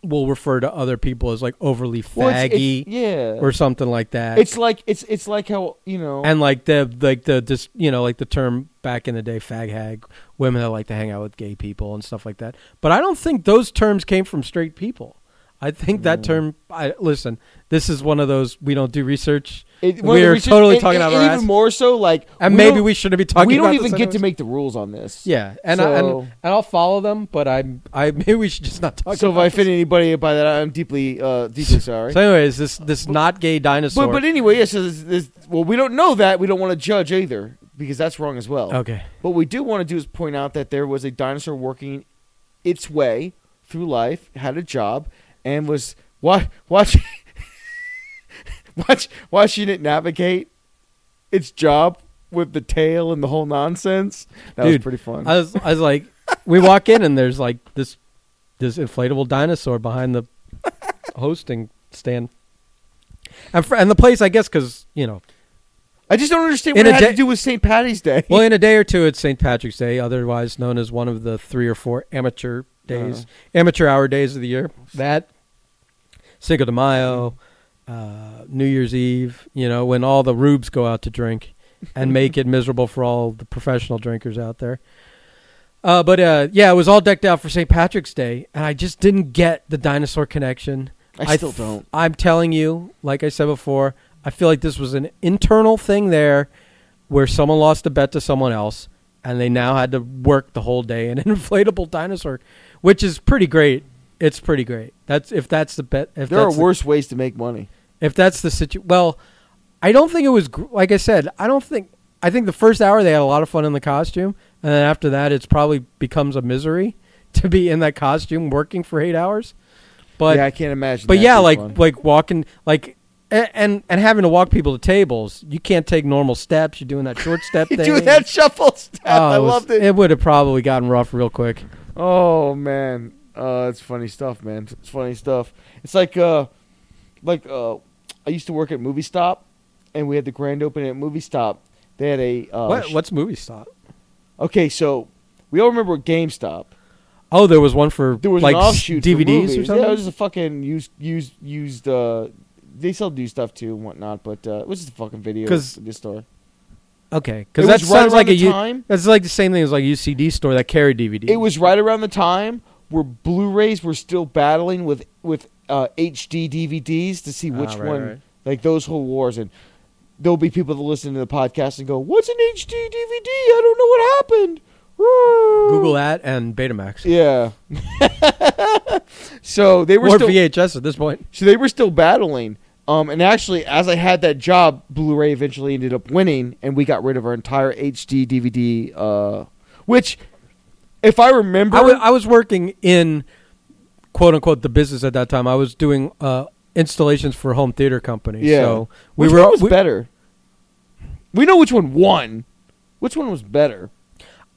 A: will refer to other people as like overly faggy
B: Well, it's- it's- yeah.
A: or something like that.
B: it's like it's it's like how you know
A: and like the like the this you know like the term back in the day fag hag women that like to hang out with gay people and stuff like that but i don't think those terms came from straight people i think that term i listen this is one of those we don't do research
B: It- one of the
A: we're
B: reasons-
A: totally
B: and-
A: talking
B: and-
A: about
B: and
A: our
B: even
A: ass.
B: more so like
A: and maybe
B: don't-
A: we shouldn't be talking
B: we don't
A: about
B: even
A: this
B: get to
A: anyways.
B: make the rules on this
A: yeah and, I, and
B: So-
A: and i'll follow them but i'm i [LAUGHS] maybe we should just not talk
B: so if
A: about
B: I
A: this.
B: offend anybody by that I'm deeply uh
A: [LAUGHS]
B: deeply [LAUGHS] sorry
A: so anyways this this not gay dinosaur
B: but but anyway yes yeah, so this, this, well we don't know that we don't want to judge either because that's wrong as well
A: okay
B: What we do want to do is point out that there was a dinosaur working its way through life, had a job, and was wa- watch, [LAUGHS] watch, watching it navigate its job with the tail and the whole nonsense. That was
A: Dude,
B: pretty fun.
A: I was, I was like, we walk in and there's like this this inflatable dinosaur behind
B: [LAUGHS]
A: the hosting stand, and for, and the place I guess because you know,
B: I just don't understand
A: In
B: what it
A: a
B: had
A: day-
B: to do with St. Patty's Day.
A: well, in a day or two it's St. Patrick's Day, otherwise known as one of the three or four amateur days,
B: Uh-huh.
A: amateur hour days of the year. That Cinco de Mayo, uh, New Year's Eve, you know, when all the rubes go out to drink
B: [LAUGHS]
A: and make it miserable for all the professional drinkers out there. Uh, but uh, yeah, it was all decked out for St. Patrick's Day, and I just didn't get the dinosaur connection.
B: I still
A: th-
B: don't.
A: I'm telling you, like I said before, I feel like this was an internal thing there, where someone lost a bet to someone else, and they now had to work the whole day in an [LAUGHS] inflatable dinosaur, which is pretty great. It's pretty great. That's if that's the bet. If
B: [LAUGHS] there are
A: that's the-
B: worse ways to make money.
A: if that's the situation. Well, I don't think it was gr- like I said. I don't think. I think the first hour they had a lot of fun in the costume, and then after that, it's probably becomes a misery [LAUGHS] to be in that costume working for eight hours. But
B: yeah, I can't imagine.
A: but
B: that
A: yeah,
B: being
A: like
B: fun.
A: like walking like. a- And and having to walk people to tables, you can't take normal steps. You're
B: [LAUGHS]
A: doing that short step
B: [LAUGHS] You
A: thing.
B: do that shuffle step.
A: Oh,
B: I
A: it was-
B: loved it.
A: It would have probably gotten rough real quick.
B: Oh man, uh, it's funny stuff, man. It's funny stuff. It's like, uh, like uh, I used to work at Movie Stop, and we had the grand opening at Movie Stop. They had a uh,
A: what
B: sh-
A: what's movie stop?
B: Okay, so we all remember GameStop.
A: Oh, there was one for
B: There was
A: like
B: an
A: s-
B: offshoot for
A: DVDs
B: movies.
A: or something.
B: Yeah, it was just a fucking used, used, used. Uh, they sell new stuff too and whatnot, but uh, it was just a fucking video
A: 'Cause-
B: video store.
A: Okay,
B: It
A: because that
B: was right
A: sounds
B: around
A: like a
B: the
A: U-
B: time.
A: that's like the same thing as like UCD store that carried DVD.
B: It was right around the time where Blu-rays were still battling with with uh, HD DVDs to see
A: Ah,
B: which
A: right,
B: one,
A: right.
B: like those whole wars. And there'll be people that listen to the podcast and go, "What's an HD DVD? I don't know what happened."
A: Google that and Betamax
B: Yeah. [LAUGHS] so they were
A: or
B: still
A: VHS at this point.
B: so they were still battling. Um, and actually, as I had that job, Blu-ray eventually ended up winning, and we got rid of our entire HD DVD. Uh, which, if I remember,
A: I wa- I was working in quote unquote the business at that time. I was doing uh, installations for home theater companies.
B: Yeah.
A: So we
B: which
A: were
B: one was
A: we-
B: better. We know which one won. Which one was better?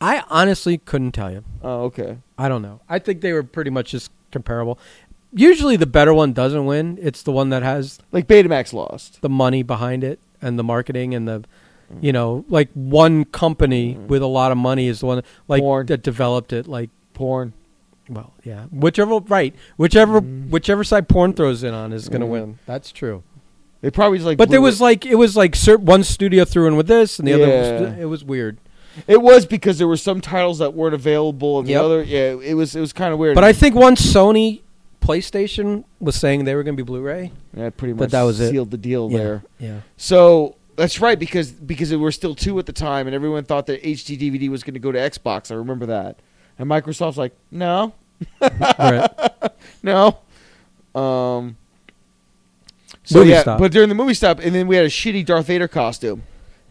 A: I honestly couldn't tell you.
B: Oh, okay.
A: I don't know. I think they were pretty much just comparable. Usually the better one doesn't win. It's the one that has
B: Like Betamax lost.
A: the money behind it and the marketing and the you know like one company with a lot of money is the one like
B: Mm-hmm. Porn.
A: that developed it like
B: Porn. Mm-hmm.
A: well yeah whichever right whichever whichever side porn throws in on is going to
B: Mm.
A: win that's true
B: They probably just like.
A: but there
B: blew
A: was like it was like cer- one studio threw in with this and the other was,
B: Yeah.
A: it was weird
B: it. it was because there were some titles that weren't available, and
A: Yep.
B: the other. Yeah, it was. It was kind of weird.
A: but i think once sony playstation was saying they were going to be blu-ray
B: yeah, pretty
A: but
B: much
A: that was it.
B: sealed the deal
A: yeah
B: there.
A: yeah
B: So that's right because because there were still two at the time, and everyone thought that HD DVD was going to go to Xbox. I remember that, and Microsoft's like, no,
A: Right. [LAUGHS]
B: no. Um, so
A: Movie
B: yeah,
A: stop.
B: but during the movie stop, and then we had a shitty Darth Vader costume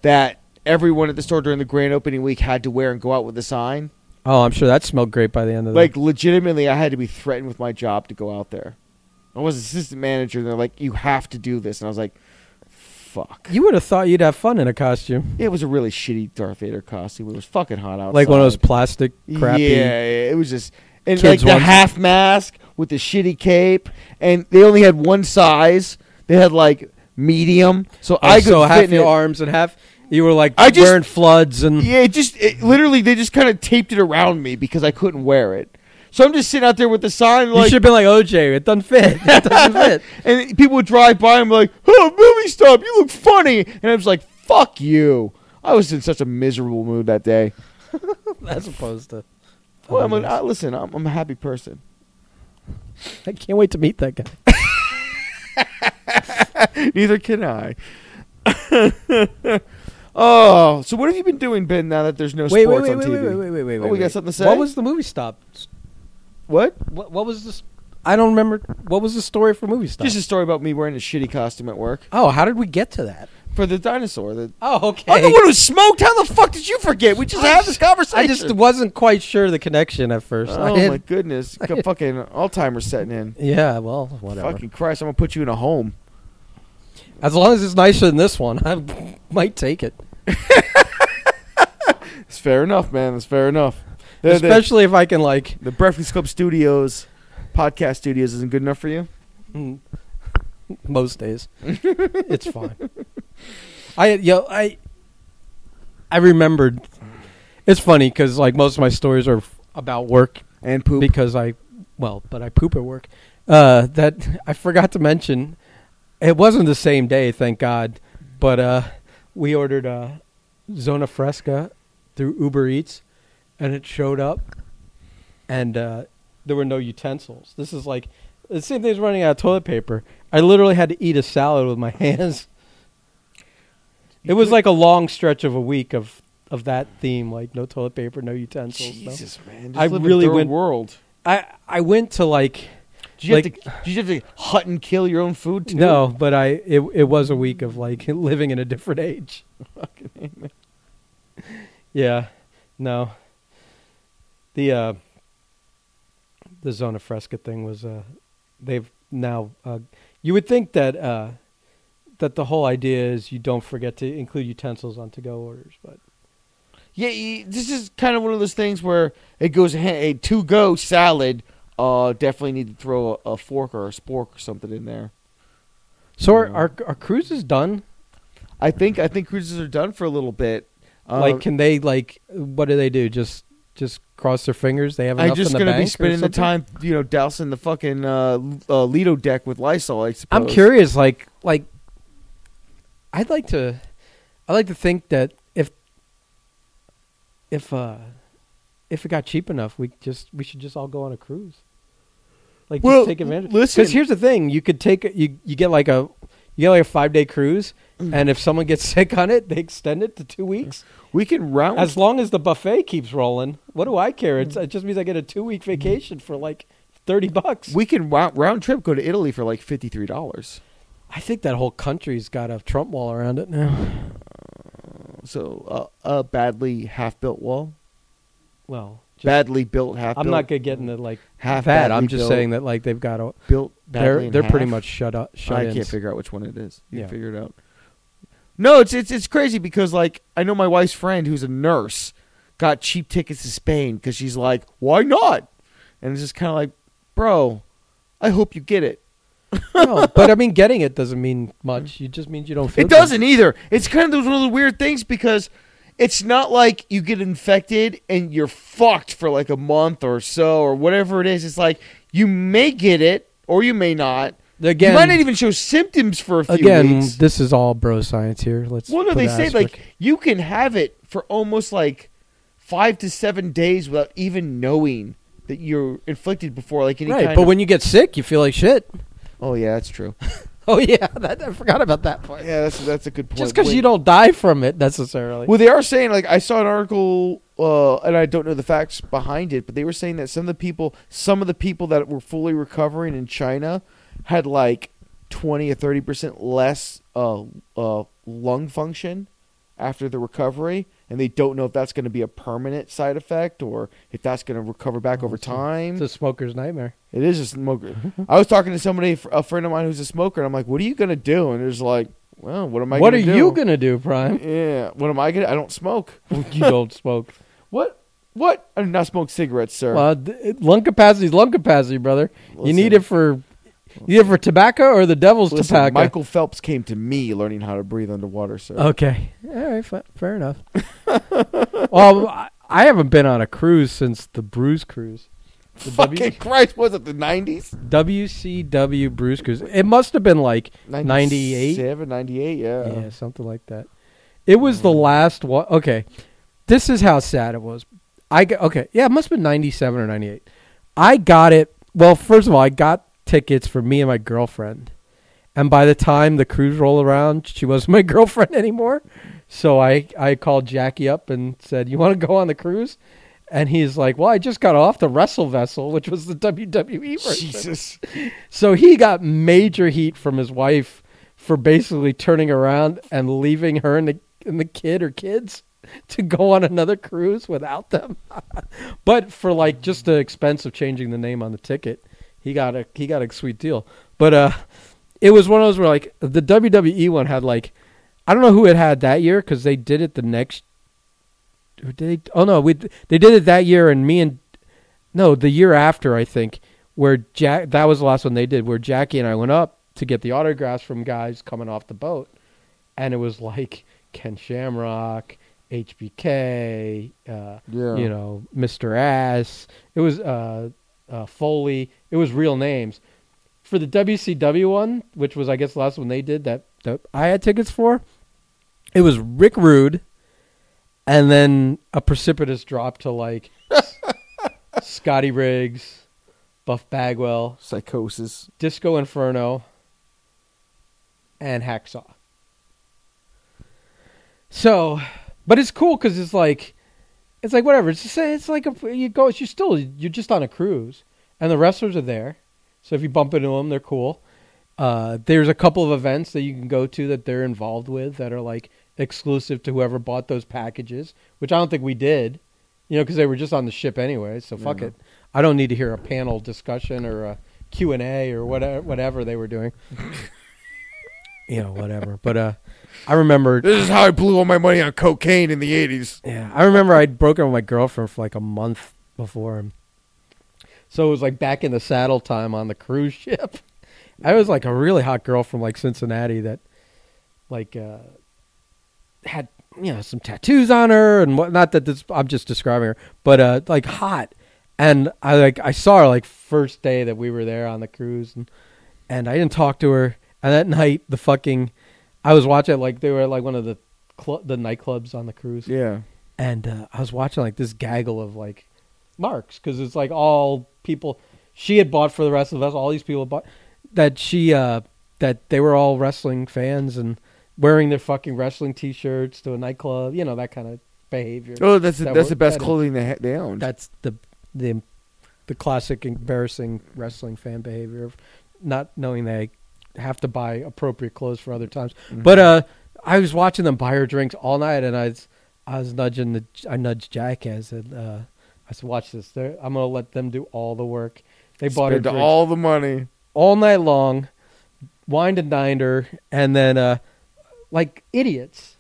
B: that everyone at the store during the grand opening week had to wear and go out with a sign.
A: oh i'm sure that smelled great by the end of the
B: Like legitimately, I had to be threatened with my job to go out there. I was assistant manager, and they're like, "You have to do this," and I was like, "Fuck."
A: you would have thought you'd have fun in a costume
B: It was a really shitty Darth Vader costume. It was fucking hot outside.
A: like one of those plastic crappy
B: Yeah, yeah, it was just and
A: Kids
B: like the
A: ones.
B: half mask with the shitty cape, and they only had one size. They had like medium, so I
A: I
B: could
A: Oh, so
B: fit
A: half
B: in
A: your
B: it.
A: arms and half you were like
B: I just-
A: wearing floods and
B: Yeah, it just it, literally they just kind of taped it around me because I couldn't wear it. So I'm just sitting out there with the sign
A: you
B: like,
A: should have been like OJ. It doesn't fit. [LAUGHS] It
B: [LAUGHS]
A: doesn't fit.
B: and people would drive by and be like, "Oh, movie stop! You look funny!" And I was like, "Fuck you!" I was in such a miserable mood that day.
A: As opposed to.
B: Well, I'm a, I, listen, I'm, I'm a happy person.
A: I can't wait to meet that guy.
B: [LAUGHS] Neither can I. oh, so what have you been doing, Ben? Now that there's no
A: Wait, wait,
B: sports
A: wait,
B: on
A: wait,
B: TV,
A: wait, wait, wait, wait,
B: Oh,
A: wait.
B: we got
A: wait.
B: something to say?
A: What was the movie stop?
B: what?
A: What, what was this? I don't remember. What was the story for movie stop?
B: Just a story about me wearing a shitty costume at work
A: oh, how did we get to that?
B: for the dinosaur. The,
A: Oh, okay.
B: I'm the one who smoked. How the fuck did you forget? We just
A: I
B: had this conversation.
A: I just wasn't quite sure the connection at first. [LAUGHS] I
B: Oh
A: had-
B: my goodness! Got fucking Alzheimer's setting in.
A: Yeah, well, whatever.
B: Fucking Christ! I'm gonna put you in a home.
A: As long as it's nicer than this one, [LAUGHS] I might take it.
B: It's fair enough, man. It's fair enough. The, the-
A: Especially if I can like
B: the Breakfast Club Studios podcast studios isn't good enough for you.
A: mm, most
B: [LAUGHS]
A: days. it's fine. I yo I I remembered. It's funny because like most of my stories are f- about work
B: And poop.
A: because I well, but I poop at work. Uh, that [LAUGHS] I forgot to mention. It wasn't the same day, thank God, but uh, we ordered uh, Zona Fresca through Uber Eats, and it showed up, and uh, there were no utensils. This is like the same thing as running out of toilet paper. I literally had to eat a salad with my [LAUGHS] hands. It was like a long stretch of a week of of that theme, like no toilet paper, no utensils. no-
B: Jesus, man! Just
A: I
B: live in
A: really
B: third
A: went-
B: world.
A: I I went to like
B: Did you,
A: Like-
B: have to, did you have to hut and kill your own food too?
A: no, but I it it was a week of like [LAUGHS] living in a different age. [LAUGHS] Yeah, no. The uh the Zona Fresca thing was uh they've now uh you would think that uh that the whole idea is you don't forget to include utensils on to go orders, but
B: Yeah, you, this is kind of one of those things where it goes ha- a to go salad. Uh, definitely need to throw a, a fork or a spork or something in there.
A: so our
B: Yeah.
A: our, our cruise is done.
B: I think I think cruises are done for a little bit. Uh,
A: like, can they like what do they do? Just just cross their fingers. They have enough
B: I'm just
A: in the
B: gonna
A: bank.
B: be
A: or
B: spending the
A: something?
B: time, you know, dousing the fucking uh, uh, Lido deck with Lysol. I suppose.
A: I'm curious, like like I'd like to I like to think that if if uh if it got cheap enough we just we should just all go on a cruise. Like just
B: Well,
A: take advantage.
B: listen.
A: here's the thing, you could take a- you you get like a you get like a five day cruise
B: Mm.
A: and if someone gets [LAUGHS] sick on it, they extend it to two weeks.
B: We can round.
A: As long as the buffet keeps rolling, what do I care? It's,
B: Mm.
A: it just means I get a two week vacation for like thirty bucks.
B: we can round, round trip go to Italy for like fifty three dollars.
A: I think that whole country's got a Trump wall around it now.
B: So uh, a badly half built wall,
A: Well, just-
B: badly built half.
A: I'm
B: built,
A: not gonna get into like
B: Half
A: that.
B: badly
A: I'm just
B: built.
A: saying that like they've got a
B: built. badly
A: they're
B: in
A: they're pretty
B: half.
A: much shut up. Shut
B: I
A: ins.
B: can't figure out which one it is. You
A: Yeah.
B: can figure it out. No, it's it's it's crazy because like I know my wife's friend who's a nurse got cheap tickets to Spain because she's like, why not? And it's just kind of like, bro, I hope you get it.
A: [LAUGHS]
B: [LAUGHS]
A: No, but I mean, getting it doesn't mean much. It just means you don't. Feel
B: It doesn't either. It's kind of those one of the weird things because it's not like you get infected and you're fucked for like a month or so or whatever it is. It's like you may get it or you may not.
A: good. again.
B: you might not even show symptoms for a few
A: again,
B: weeks.
A: this is all bro science here. Let's.
B: Well, no,
A: put
B: they
A: an
B: say
A: asterisk.
B: like you can have it for almost like five to seven days without even knowing that you're inflicted before like any
A: right,
B: kind
A: but
B: of.
A: when you get sick, you feel like shit. [LAUGHS]
B: oh yeah, that's true.
A: Oh yeah, [LAUGHS] that, I forgot about that part.
B: yeah, that's that's a good point.
A: Just because
B: Wait.
A: you don't die from it necessarily.
B: Well, they are saying like I saw an article, uh, and I don't know the facts behind it, but they were saying that some of the people, some of the people that were fully recovering in China, had like twenty or thirty percent less uh, uh, lung function after the recovery, and they don't know if that's going to be a permanent side effect or if that's going to recover back over time.
A: it's a smoker's nightmare.
B: It is a smoker. I was talking to somebody, a friend of mine who's a smoker, and I'm like, "What are you going to do?" And it's like, "Well, what am I?
A: What are
B: gonna do?
A: you gonna do,
B: [LAUGHS]
A: Prime?
B: Yeah, what am I gonna? I don't smoke.
A: you don't smoke.
B: What? What? I do not smoke cigarettes, sir.
A: Well, th- lung capacity is lung capacity, brother. you
B: Listen.
A: need it for you need it for tobacco or the devil's
B: Listen,
A: tobacco. Oh,
B: Michael Phelps came to me learning how to breathe underwater, sir.
A: Okay, all right, fa- fair enough. [LAUGHS] well, I- I haven't been on a cruise since the Bruise Cruise. The
B: Fucking
A: W-
B: [LAUGHS] Christ, was it the 90s?
A: WCW Bruce Cruise. It must have been like 98.
B: 97, 98, yeah. Mm.
A: Yeah, something like that. It was the last one. Okay. This is how sad it was. I got, okay. Yeah, it must have been 97 or 98. I got it. Well, first of all, I got tickets for me and my girlfriend. And by the time the cruise rolled around, she wasn't my [LAUGHS] girlfriend anymore. So I, I called Jackie up and said, You want to go on the cruise? And he's like, Well, I just got off the Wrestle Vessel, which was the WWE version.
B: Jesus.
A: So he got major heat from his wife for basically turning around and leaving her and the, and the kid or kids [LAUGHS] to go on another cruise without them. [LAUGHS] but for like just the expense of changing the name on the ticket, he got a he got a sweet deal. But uh it was one of those where like the WWE one had like I don't know who it had that year cuz they did it the next who did they, oh no, we they did it that year and me and no, the year after I think where Jack that was the last one they did where Jackie and I went up to get the autographs from guys coming off the boat, and it was like Ken Shamrock, HBK, uh,
B: Yeah.
A: you know Mr. Ass. It was uh, uh, Foley. It was real names. For the WCW one, which was I guess the last one they did that, that I had tickets for, it was Rick Rude, and then a precipitous drop to like [LAUGHS] Scotty Riggs, Buff Bagwell,
B: Psychosis.
A: Disco Inferno, and Hacksaw. So, but it's cool because it's like, it's like whatever. It's just, it's like a, you go. You still you're just on a cruise, and the wrestlers are there. So if you bump into them, they're cool. Uh, there's a couple of events that you can go to that they're involved with that are like exclusive to whoever bought those packages, which I don't think we did, you know, because they were just on the ship anyway. So fuck it. I don't need to hear a panel discussion or a Q and A or whatever whatever they were [LAUGHS] doing. you know, whatever. But uh, I [LAUGHS] remember
B: This is how I blew all my money on cocaine in the 80s.
A: yeah, I remember I'd broken up with my girlfriend for like a month before him. So it was like back in the saddle time on the cruise [LAUGHS] ship. I was like a really hot girl from like Cincinnati that like uh had you know some tattoos on her and what not that this I'm just describing her, but uh like hot. And I like I saw her like first day that we were there on the cruise and and I didn't talk to her. And that night the fucking I was watching like they were at, like one of the cl- the nightclubs on the cruise
B: Yeah.
A: and uh, I was watching like this gaggle of like marks because it's like all people she had bought for the rest of us. All these people bought that she uh, that they were all wrestling fans and wearing their fucking wrestling t-shirts to a nightclub. You know that kind of behavior.
B: Oh, that's the,
A: That
B: that's
A: wor-
B: the best
A: that-
B: clothing they, ha- they owned.
A: That's the the the classic embarrassing wrestling fan behavior of not knowing they have to buy appropriate clothes for other times.
B: Mm-hmm.
A: But uh, I was watching them buy her drinks all night, and I was I was nudging the I nudged Jack and I said uh, I said watch this. They're, I'm gonna let them do all the work. They bought her
B: Spent
A: drinks
B: all the money.
A: all night long, wined and dined her, and then uh, like idiots,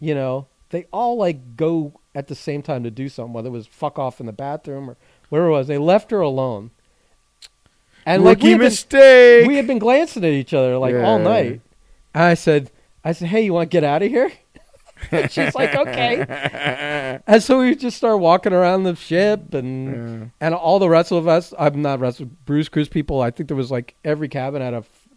A: you know, they all like go at the same time to do something, whether it was fuck off in the bathroom or whatever it was. They left her alone, and like we
B: Rookie
A: had, been,
B: mistake.
A: we had been glancing at each other like all
B: Yeah.
A: night. And I said, I said, hey, you want to get out of here? [LAUGHS] And She's like, okay. And so we just start walking around the ship and
B: Yeah.
A: and all the rest of us i'm not wrestle bruce cruise people i think there was like every cabin had a f-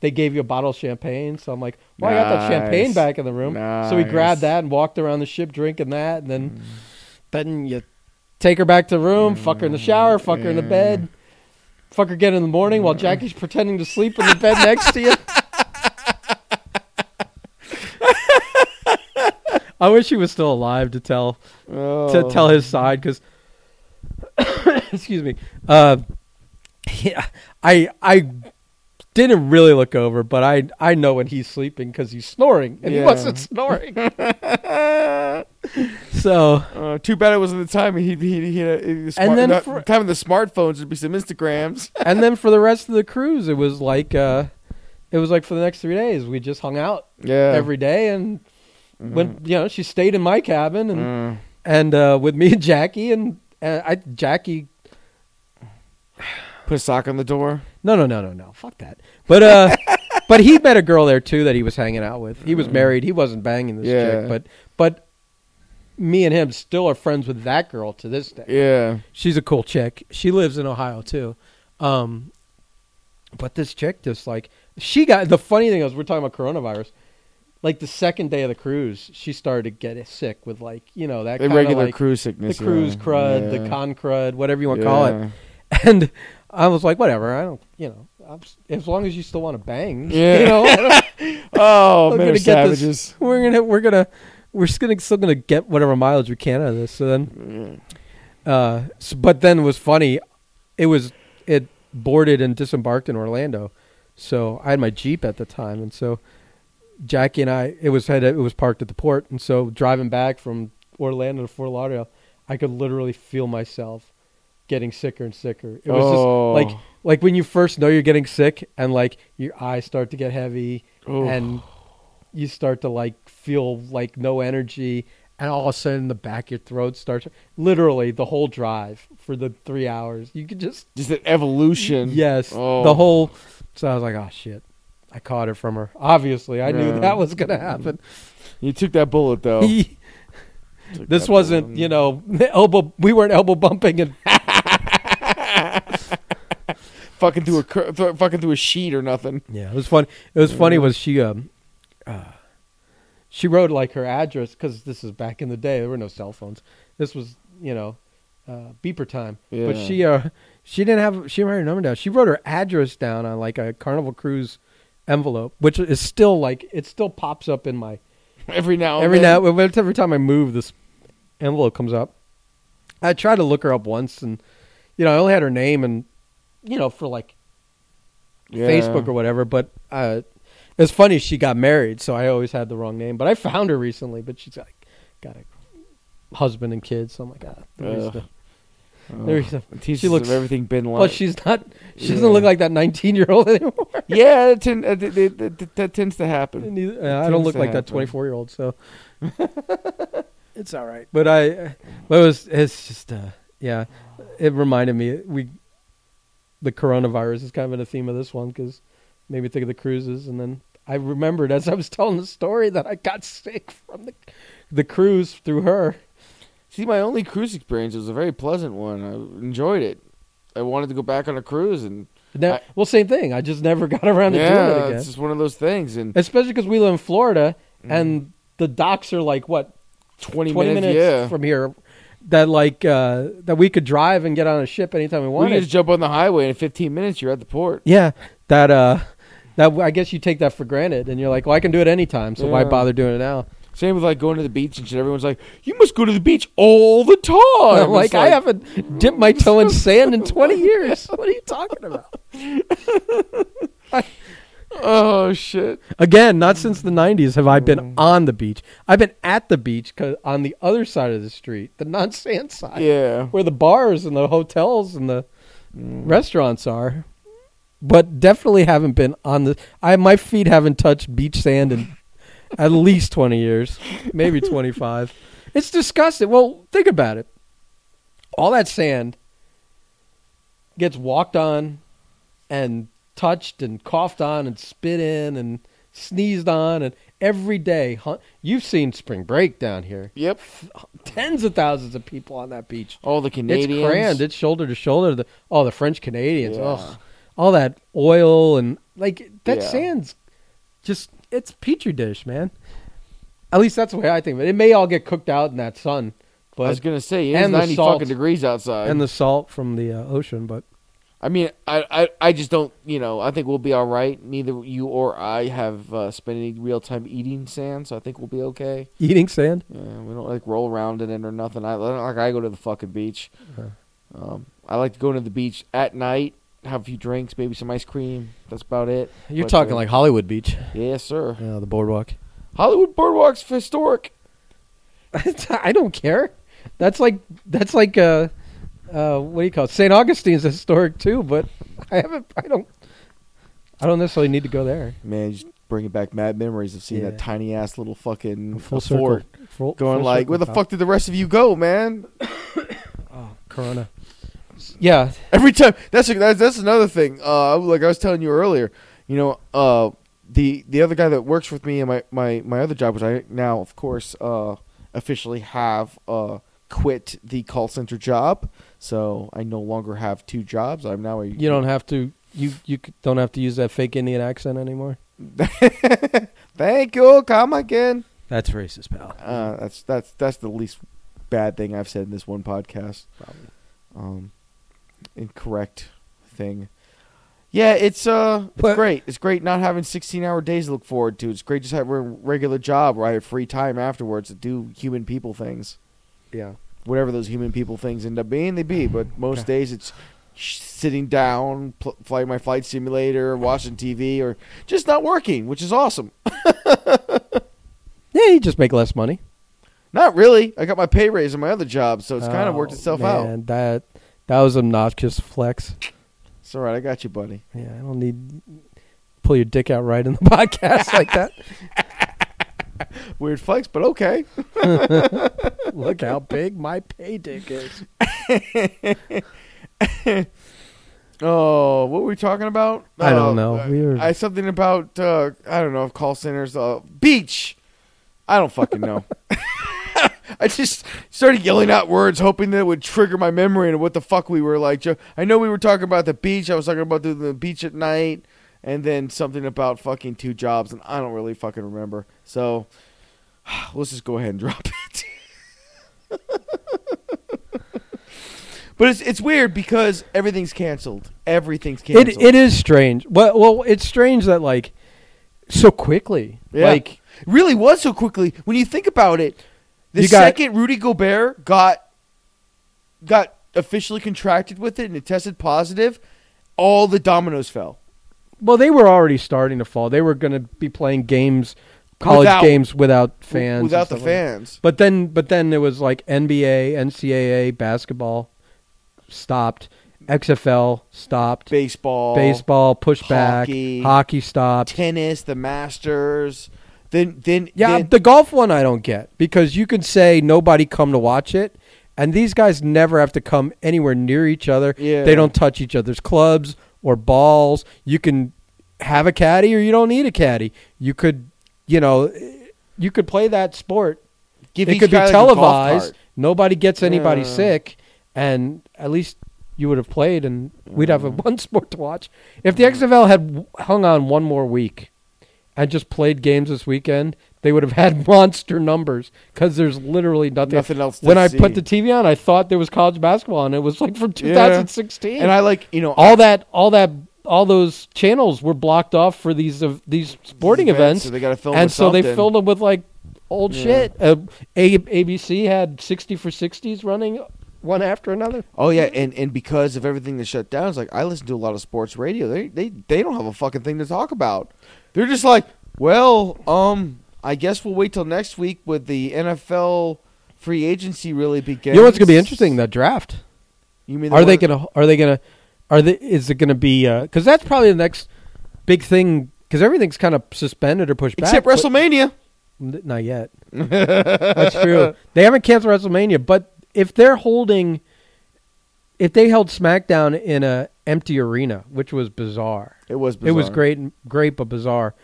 A: they gave you a bottle of champagne so i'm like well i got that champagne
B: Nice.
A: back in the room so we grabbed
B: Nice. Mm.
A: that and walked around the ship drinking that and then then you take her back to the room fuck her in the shower fuck her in the
B: Yeah. Mm.
A: bed fuck her again in the morning while jackie's pretending to sleep in the bed next
B: [LAUGHS]
A: to you i wish he was still alive to tell to
B: [LAUGHS] Oh.
A: tell his side because [COUGHS] excuse me uh yeah, i i didn't really look over but i i know when he's sleeping because he's snoring and he
B: Yeah.
A: wasn't
B: [LAUGHS]
A: snoring so
B: Uh, too bad it wasn't the time he he he had a,
A: And
B: and
A: then
B: then
A: for-
B: time of the smartphones would be some
A: [LAUGHS]
B: Instagrams.
A: and then for the rest of the cruise it was like uh it was like for the next three days we just hung out
B: Yeah. Mm-hmm.
A: every day and when you know she stayed in my cabin and
B: Mm.
A: and uh with me and jackie and uh, i jackie
B: put a sock on the door.
A: No, no, no, no, no. Fuck that. But
B: [LAUGHS]
A: uh, but he met a girl there too that he was hanging out with. He was married. He wasn't banging this
B: Mm. Yeah.
A: chick, but but me and him still are friends with that girl to this day.
B: Yeah.
A: She's a cool chick. She lives in Ohio too. Um, but this chick just like she got the funny thing is we're talking about coronavirus. Like the second day of the cruise, she started to get sick with like you know that kinda,
B: regular
A: like,
B: cruise
A: the
B: sickness.
A: cruise
B: yeah.
A: crud,
B: Yeah.
A: the con crud, whatever you want to call it.
B: Yeah.
A: [LAUGHS] And I was like, whatever. I don't, you know, I'm, s- as long as you still want to bang,
B: Yeah.
A: you know, I don't-
B: Oh,
A: [LAUGHS] We're gonna
B: man, we're
A: get this-
B: savages.
A: we're gonna we're gonna we're just gonna still gonna get whatever mileage we can out of this. So then,
B: Mm.
A: uh, s- but then it was funny. It was it boarded and disembarked in Orlando, so I had my Jeep at the time, and so Jackie and I it was had it was parked at the port, and so driving back from Orlando to Fort Lauderdale, I could literally feel myself getting sicker and sicker. It was
B: Oh.
A: just like like when you first know you're getting sick and like your eyes start to get heavy
B: Oh.
A: and you start to like feel like no energy and all of a sudden the back of your throat starts literally the whole drive for the three hours you could just
B: Just that evolution.
A: yes
B: Oh.
A: the whole so i was like oh shit i caught it from her obviously i
B: Yeah. Oh.
A: knew that was gonna happen
B: You took that bullet though.
A: [LAUGHS] He-
B: Took
A: this
B: that
A: wasn't
B: bullet.
A: you know [LAUGHS] elbow we weren't elbow bumping and
B: fucking through a cur- th- fucking through a sheet or nothing. [LAUGHS]
A: Yeah, it was fun. It was funny was she um, uh, she wrote like her address because this is back in the day. There were no cell phones. This was you know uh, beeper time. But
B: Yeah.
A: she uh she didn't have she didn't write her number down. She wrote her address down on like a Carnival Cruise envelope, which is still like it still pops up in my
B: Every now and
A: every
B: then.
A: now every time I move this envelope comes up. I tried to look her up once and you know I only had her name and you know for like
B: Yeah.
A: Facebook or whatever. But uh, it's funny she got married, so I always had the wrong name. But I found her recently, but she's like got a husband and kids. So I'm like, ah, there's
B: Ugh.
A: the,
B: Oh.
A: there's the.
B: It teaches
A: She looks-
B: them everything Bin Laden.
A: Well, she's not. She
B: Yeah.
A: doesn't look like that 19 year old [LAUGHS] anymore.
B: yeah, it ten- uh, th- th- th- th- that tends to happen.
A: Neither- uh, I don't
B: Seems
A: look
B: to
A: like that
B: happen.
A: 24 year old. So [LAUGHS] it's all right. But I, but it was. It's just. Uh, yeah, it reminded me we. The coronavirus is kind of a theme of this one because maybe think of the cruises and then I remembered as I was telling the story that I got sick from the the cruise through her.
B: See, my only cruise experience was a very pleasant one. I enjoyed it. I wanted to go back on a cruise, and
A: Now,
B: I-
A: well, same thing. I just never got around to doing it
B: yeah,
A: again.
B: it's just one of those things. And
A: Especially because we live in Florida
B: Mm.
A: and the docks are like what
B: 20,
A: 20 minutes,
B: minutes, yeah.
A: from here that like uh that we could drive and get on a ship anytime we
B: we
A: wanted.
B: could just jump on the highway, and in 15 minutes, you're at the port.
A: yeah, that uh that I guess you take that for granted and you're like, "Well, I can do it anytime, so why
B: Yeah.
A: bother doing it now?"
B: Same with like going to the beach and shit. Everyone's like, "You must go to the beach all the time."
A: Oh, [LAUGHS] Like,
B: It's
A: I haven't dipped my toe in sand in 20 [LAUGHS] years. What are you talking about?
B: Oh shit!
A: Again, not since the 90s have I been on the beach. I've been at the beach 'cause- on the other side of the street, the non-sand side. [LAUGHS]
B: Yeah.
A: where the bars and the hotels and the restaurants are. But definitely haven't been on the. I my feet haven't touched beach sand in [LAUGHS] at least twenty years, maybe twenty five. It's disgusting. Well, think about it. All that sand gets walked on, and touched, and coughed on, and spit in, and sneezed on, and every day. Huh? You've seen spring break down here.
B: Yep.
A: Tens of thousands of people on that beach.
B: All the Canadians.
A: It's crammed. It's shoulder to shoulder. The, oh, the French Canadians.
B: Yeah.
A: Ugh. All that oil and like that
B: Yeah.
A: sand's just it's petri dish, man. At least that's the way I think of it. It may all get cooked out in that sun,
B: I was
A: but
B: gonna say it's
A: and the
B: ninety
A: salt.
B: fucking degrees outside.
A: and the salt from the uh, ocean. But
B: I mean, I, I, I just don't. You know, I think we'll be all right. Neither you or I have uh, spent any real time eating sand, so I think we'll be okay.
A: eating sand,
B: Yeah, we don't like roll around in it or nothing. I like I go to the fucking beach.
A: Okay.
B: Um, I like to go to the beach at night, have a few drinks, maybe some ice cream. That's about it.
A: you're
B: But,
A: talking
B: uh,
A: like Hollywood Beach,
B: yes, sir.
A: yeah, the boardwalk. [LAUGHS]
B: Hollywood Boardwalk's historic.
A: I don't care. That's like that's like uh, uh, what do you call it? St. Augustine's historic too, but I haven't. I don't. I don't necessarily need to go there.
B: Man, just bringing back mad memories of seeing
A: Yeah.
B: that tiny ass little fucking
A: full circle.
B: fort.
A: Full,
B: Going
A: full
B: like,
A: circle,
B: where the
A: pal.
B: fuck did the rest of you go, man?
A: Oh, Corona. Yeah,
B: Every time that's that's, that's another thing. Uh, like I was telling you earlier, you know, uh, the the other guy that works with me and my, my, my other job, which I now of course uh, officially have uh, quit the call center job. So I no longer have two jobs. I'm now a
A: You don't have to. You you c- don't have to use that fake Indian accent anymore.
B: [LAUGHS] Thank you. Come again.
A: That's racist, pal.
B: Uh, that's that's that's the least bad thing I've said in this one podcast.
A: Probably.
B: Um, incorrect thing. Yeah, it's uh, it's
A: But-
B: great. It's great not having sixteen-hour days to look forward to. It's great just having a regular job where I have free time afterwards to do human people things.
A: Yeah.
B: Whatever those human people things end up being, they be. But most days, it's sh- sitting down, pl- flying my flight simulator, watching TV, or just not working, which is awesome.
A: Yeah, you just make less money.
B: Not really. I got my pay raise in my other job, so it's kind of worked
A: Oh,
B: itself out.
A: man, That that was obnoxious flex.
B: It's all right. I got you, buddy.
A: Yeah, I don't need pull your dick out right in the [LAUGHS] podcast like that.
B: Weird flex, but okay.
A: [LAUGHS]
B: [LAUGHS]
A: Look how big my pay dick is.
B: Oh, what were we talking about?
A: I don't
B: Uh,
A: know. We were-
B: I something about uh, I don't know call centers. Uh, beach. I don't fucking know. [LAUGHS] I just started yelling out words, hoping that it would trigger my memory and what the fuck we were like. Jo- I know we were talking about the beach. I was talking about the, the beach at night, and then something about fucking two jobs, and I don't really fucking remember. So [SIGHS] let's just go ahead and drop it. but it's it's weird because everything's canceled. Everything's canceled.
A: It it is strange. Well, well, it's strange that like so quickly.
B: Yeah.
A: Like
B: really was so quickly when you think about it. The
A: You got-
B: second Rudy Gobert got got officially contracted with it and it tested positive, all the dominoes fell.
A: Well, they were already starting to fall. They were going to be playing games, college
B: Without-
A: games without
B: w-
A: fans, and
B: without the
A: stuff like that.
B: fans.
A: But then, but then it was like NBA, NCAA basketball stopped, XFL stopped,
B: Baseball,
A: baseball pushed
B: hockey,
A: back, hockey stopped.
B: tennis, the Masters. Then then
A: Yeah,
B: then-
A: the golf one I don't get because you can say nobody come to watch it, and these guys never have to come anywhere near each other.
B: Yeah.
A: They don't touch each other's clubs or balls. You can have a caddy or you don't need a caddy. You could, you know, you could play that sport.
B: give
A: it
B: each
A: could be
B: guy, like, a golf
A: televised.
B: cart.
A: Nobody gets anybody
B: Yeah.
A: sick, and at least you would have played, and we'd have a
B: Mm.
A: one [LAUGHS] sport to watch. If the XFL had w- hung on one more week and just played games this weekend, they would have had [LAUGHS] monster numbers because there's literally nothing.
B: Nothing else to
A: when I
B: see.
A: put the TV on, I thought there was college basketball, and it was like from 2016.
B: And I like you know
A: all that, all that, all those channels were blocked off for these of these sporting events
B: so they got to film
A: and
B: with
A: so they
B: something.
A: filled them with like old
B: Yeah.
A: shit. Uh, A- ABC had sixty for sixties running one after another.
B: Oh yeah, and, and because of everything that shut down, it's like I listen to a lot of sports radio. They they they don't have a fucking thing to talk about. They're just like, well, um, I guess we'll wait till next week with the NFL free agency really begins.
A: You know what's going to be interesting? The draft.
B: You mean
A: Are they
B: one-
A: going to? Are they going to? Are they? Is it going to be? Because that's probably the next big thing. Because everything's kind of suspended or pushed
B: except
A: back. but-
B: WrestleMania?
A: N- Not yet. That's
B: [LAUGHS]
A: true. They haven't canceled WrestleMania, but if they're holding, if they held SmackDown in a empty arena, which was bizarre,
B: It was
A: It was
B: bizarre.
A: great, and- great but bizarre.